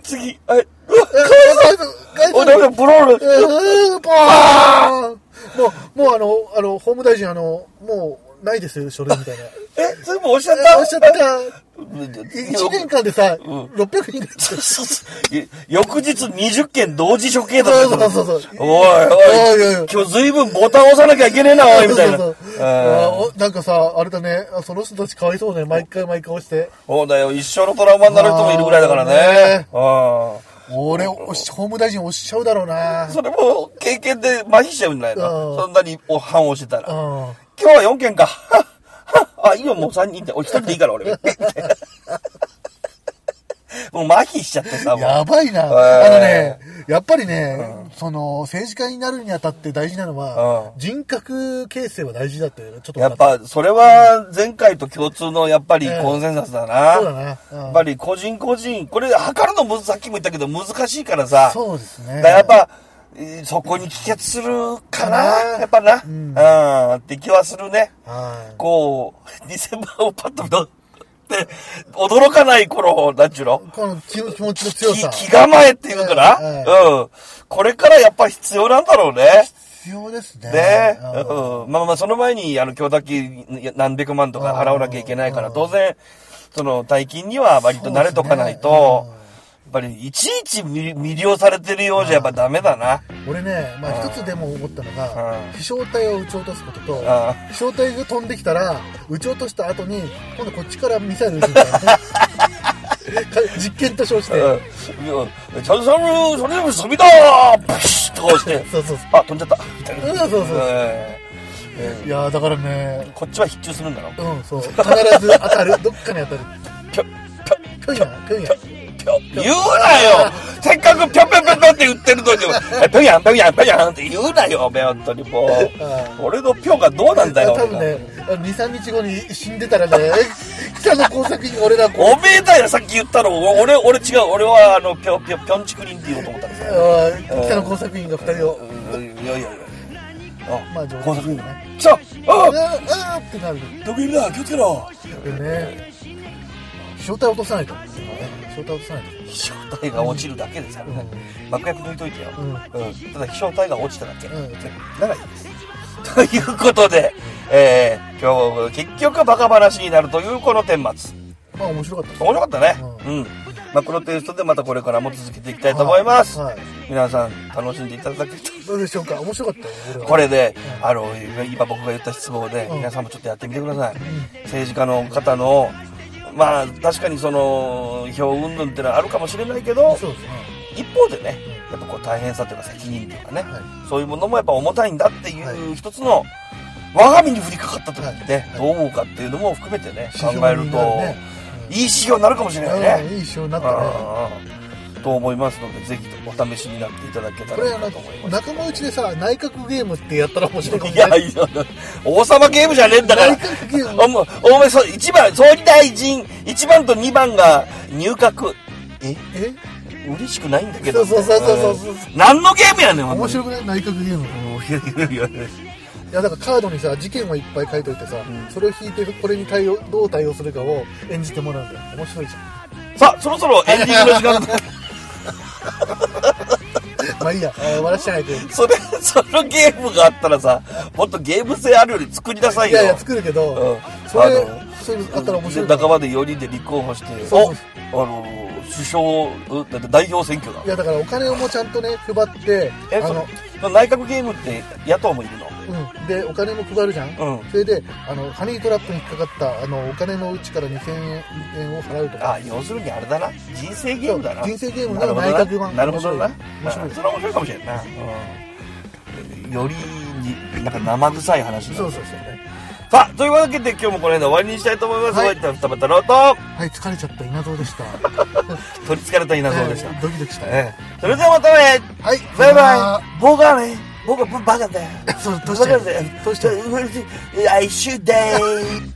Speaker 1: 次、あれ、うわ、
Speaker 2: カイトカイト
Speaker 1: おだめ、ブロール。
Speaker 2: うーぽーもう、もうあの、あの、法務大臣、あの、もう、ないですよ、書類 みたいな。
Speaker 1: え、全部押しちゃった
Speaker 2: あおっしゃった。1年間でさ、
Speaker 1: ん
Speaker 2: 600人で。
Speaker 1: そうそうそうい 翌日20件同時処刑だった
Speaker 2: そうそうそうそう
Speaker 1: おい
Speaker 2: おいおい
Speaker 1: おい、今日随分ボタン押さなきゃいけねえな、おい、みたいな。
Speaker 2: そうそうそ
Speaker 1: うん
Speaker 2: うあおなんかさ、あれだね、あその人たちかわいそうね、毎回毎回押して。
Speaker 1: そうだよ、一生のトラウマになる人もいるぐらいだからね。うん。
Speaker 2: 俺、押し法務大臣押しちゃうだろう な。
Speaker 1: それも経験で麻痺しちゃうんじゃないの
Speaker 2: うん
Speaker 1: そんなにお反応してたら。今
Speaker 2: うん。
Speaker 1: 日は4件か。 あ、いいよ、もう3人で。俺1人でいいから、 俺。もう麻痺しちゃってさ、も
Speaker 2: や
Speaker 1: う。
Speaker 2: ばいな。
Speaker 1: ー
Speaker 2: あのね、やっぱりね、その、政治家になるにあたって大事なのは
Speaker 1: う、
Speaker 2: 人格形成は大事だって、ちょっと
Speaker 1: や
Speaker 2: 分か
Speaker 1: ったぱ、それは前回と共通のやっぱり
Speaker 2: ええ
Speaker 1: コンセンサスだな。
Speaker 2: そうだねうん
Speaker 1: やっぱり個人個人、これ測るのもさっきも言ったけど難しいからさ。
Speaker 2: そうですね
Speaker 1: だからやっぱ、えーそこに帰結するかな
Speaker 2: かな
Speaker 1: やっぱな。うんん。って気はするね。
Speaker 2: はい。
Speaker 1: こう、2000万をパッと見たって、驚かない頃、なんちゅうの
Speaker 2: この気気持ちの強
Speaker 1: 気
Speaker 2: さ。
Speaker 1: 気構えっていうか
Speaker 2: えええ
Speaker 1: なうん。これからやっぱ必要なんだろうね。
Speaker 2: 必要ですね。
Speaker 1: ね
Speaker 2: うん
Speaker 1: うん。まあまあ、その前に、あの、供託何百万とか払わなきゃいけないから、当然、その、大金には割と慣れとかないと、やっぱり、いちいち魅魅了されてるようじゃやっぱダメだな。
Speaker 2: 俺ね、まあ一つでも思ったのが
Speaker 1: うん、
Speaker 2: 飛翔体を撃ち落とすことと
Speaker 1: ん、
Speaker 2: 飛翔体が飛んできたら、撃ち落とした後に、今度こっちからミサイル撃つみたい な。か実験と称して。
Speaker 1: うん。ちゃんとそれ、それでも済みだプシッと押して、
Speaker 2: そうそう
Speaker 1: あ、飛んじゃったみたいな。
Speaker 2: そう。そうそうそう。
Speaker 1: ええ
Speaker 2: いやーだからね、
Speaker 1: こっちは必中するんだろ。
Speaker 2: うん、そう。必ず 当たる。どっかに当たる。
Speaker 1: ぴょ、
Speaker 2: ぴょんや、ぴょんや。
Speaker 1: ぴょ、ぴょ、言うなよせっかくぴょんぴょんぴょんぴょんって言ってるのに、ぴょんやんぴょんやんぴょんやんって言うなよ、本当にもう。俺のぴょんがどうなんだよ。
Speaker 2: 多分ね、2、3日後に死んでたらね、 北の工作に俺らこう、
Speaker 1: おめえだよ、さっき言ったの。お俺、俺違う。俺は、あの、ぴょんぴょん、ぴょんちくりんって言おうと思ったんですよ。
Speaker 2: あー北の工作員が2人を、
Speaker 1: いやいやいや。あ、
Speaker 2: まあ、上手
Speaker 1: 工
Speaker 2: に
Speaker 1: 作員
Speaker 2: ね。
Speaker 1: 来たあ
Speaker 2: ああーってなる
Speaker 1: ドキリだ、気をつけろ。
Speaker 2: でね正体落とさないと正体落とさないと
Speaker 1: 飛翔体が落ちるだけですからね。爆薬抜いといてよ。
Speaker 2: う
Speaker 1: うんん。ただ飛翔体が落ちただけ。
Speaker 2: うん
Speaker 1: だからいいです。ということで、えー、今日、結局バカ話になるというこの顛末。
Speaker 2: まあ面白かった
Speaker 1: 面白かったね。
Speaker 2: う
Speaker 1: うん。まあ、このテイストでまたこれからも続けていきたいと思います。
Speaker 2: はいはい
Speaker 1: 皆さん、楽しんでいただけた
Speaker 2: どうでしょうか面白かったよ俺は
Speaker 1: これで、あの、今僕が言った質問で、
Speaker 2: うん
Speaker 1: 皆さんもちょっとやってみてください。政治家の方の、まあ、確かにその、票云々ってのはあるかもしれないけど、
Speaker 2: そうですね
Speaker 1: 一方でね、やっぱこう大変さというか責任というかね、
Speaker 2: はい
Speaker 1: そういうものもやっぱ重たいんだってい
Speaker 2: は
Speaker 1: う一つの、我が身に降りかかった時にね、
Speaker 2: はい
Speaker 1: どう思うかっていうのも含めてね、
Speaker 2: 指
Speaker 1: 考
Speaker 2: 標に
Speaker 1: えると、
Speaker 2: なるね
Speaker 1: いい指標になるかもしれないね。
Speaker 2: うんいい一緒になったね
Speaker 1: うんと思いますので、ぜひお試しになっていただけた
Speaker 2: これ
Speaker 1: ら
Speaker 2: あ
Speaker 1: なと思い
Speaker 2: の
Speaker 1: ます。
Speaker 2: 仲間内でさ内閣ゲームってやったら面白いかも
Speaker 1: い
Speaker 2: しれな
Speaker 1: や
Speaker 2: い
Speaker 1: いや、王様ゲームじゃねえんだから
Speaker 2: 内。閣ゲーム
Speaker 1: おもお前そう、一番、総理大臣、一番と二番が入閣。え
Speaker 2: え
Speaker 1: 嬉しくないんだけど。
Speaker 2: そうそうそうそうそうん
Speaker 1: 何のゲームやねん、
Speaker 2: 面白
Speaker 1: い。
Speaker 2: くない内閣ゲーム
Speaker 1: いやいやいや
Speaker 2: いやだからカードにさ事件はいっぱい書いといてさ、
Speaker 1: ん
Speaker 2: それを引いてこれに対応どう対応するかを演じてもらうんだよ面白いじゃ
Speaker 1: さあ、そろそ ろエンディングの時間だ。
Speaker 2: んまあいいやあー終わらしてないけど
Speaker 1: それ、そのゲームがあったらさ、もっとゲーム性あるより作りなさい
Speaker 2: い
Speaker 1: よ。
Speaker 2: やいや作るけど、
Speaker 1: うん
Speaker 2: それ
Speaker 1: あの
Speaker 2: それあったら面白い
Speaker 1: で仲間で4人で立候補して、
Speaker 2: そう
Speaker 1: おあのー首相、うだって代表選挙だ
Speaker 2: い。やだからお金をもちゃんとね配って
Speaker 1: え、
Speaker 2: あ
Speaker 1: そ
Speaker 2: の
Speaker 1: の、その内閣ゲームって野党もいるの
Speaker 2: うん、でお金も配るじゃん、
Speaker 1: うん
Speaker 2: それであのハニートラップに引っかかったあのお金のうちから2000円を払うとか
Speaker 1: あ、要するにあれだな。人生ゲームだな。
Speaker 2: 人生ゲーム
Speaker 1: なる
Speaker 2: の
Speaker 1: ほど
Speaker 2: 内
Speaker 1: な
Speaker 2: 閣版
Speaker 1: なるほどな。
Speaker 2: 面白
Speaker 1: う
Speaker 2: い
Speaker 1: んそれは面白いかもしれんな。うん。よりに、なんか生臭い話だ
Speaker 2: そうそうそうね
Speaker 1: さあ、というわけで今日もこの辺で終わりにしたいと思います。
Speaker 2: はい
Speaker 1: お会いいた二股ロー
Speaker 2: はい疲れちゃった稲造でした
Speaker 1: ト。取りつかれた稲造でした。
Speaker 2: ドキドキした、
Speaker 1: ええそれではまたね
Speaker 2: はい
Speaker 1: バイバイ僕はね、僕はバカだよ。
Speaker 2: イそうどう
Speaker 1: バ
Speaker 2: し た
Speaker 1: カ
Speaker 2: よ
Speaker 1: だよ。
Speaker 2: どうしたよ
Speaker 1: 来週でー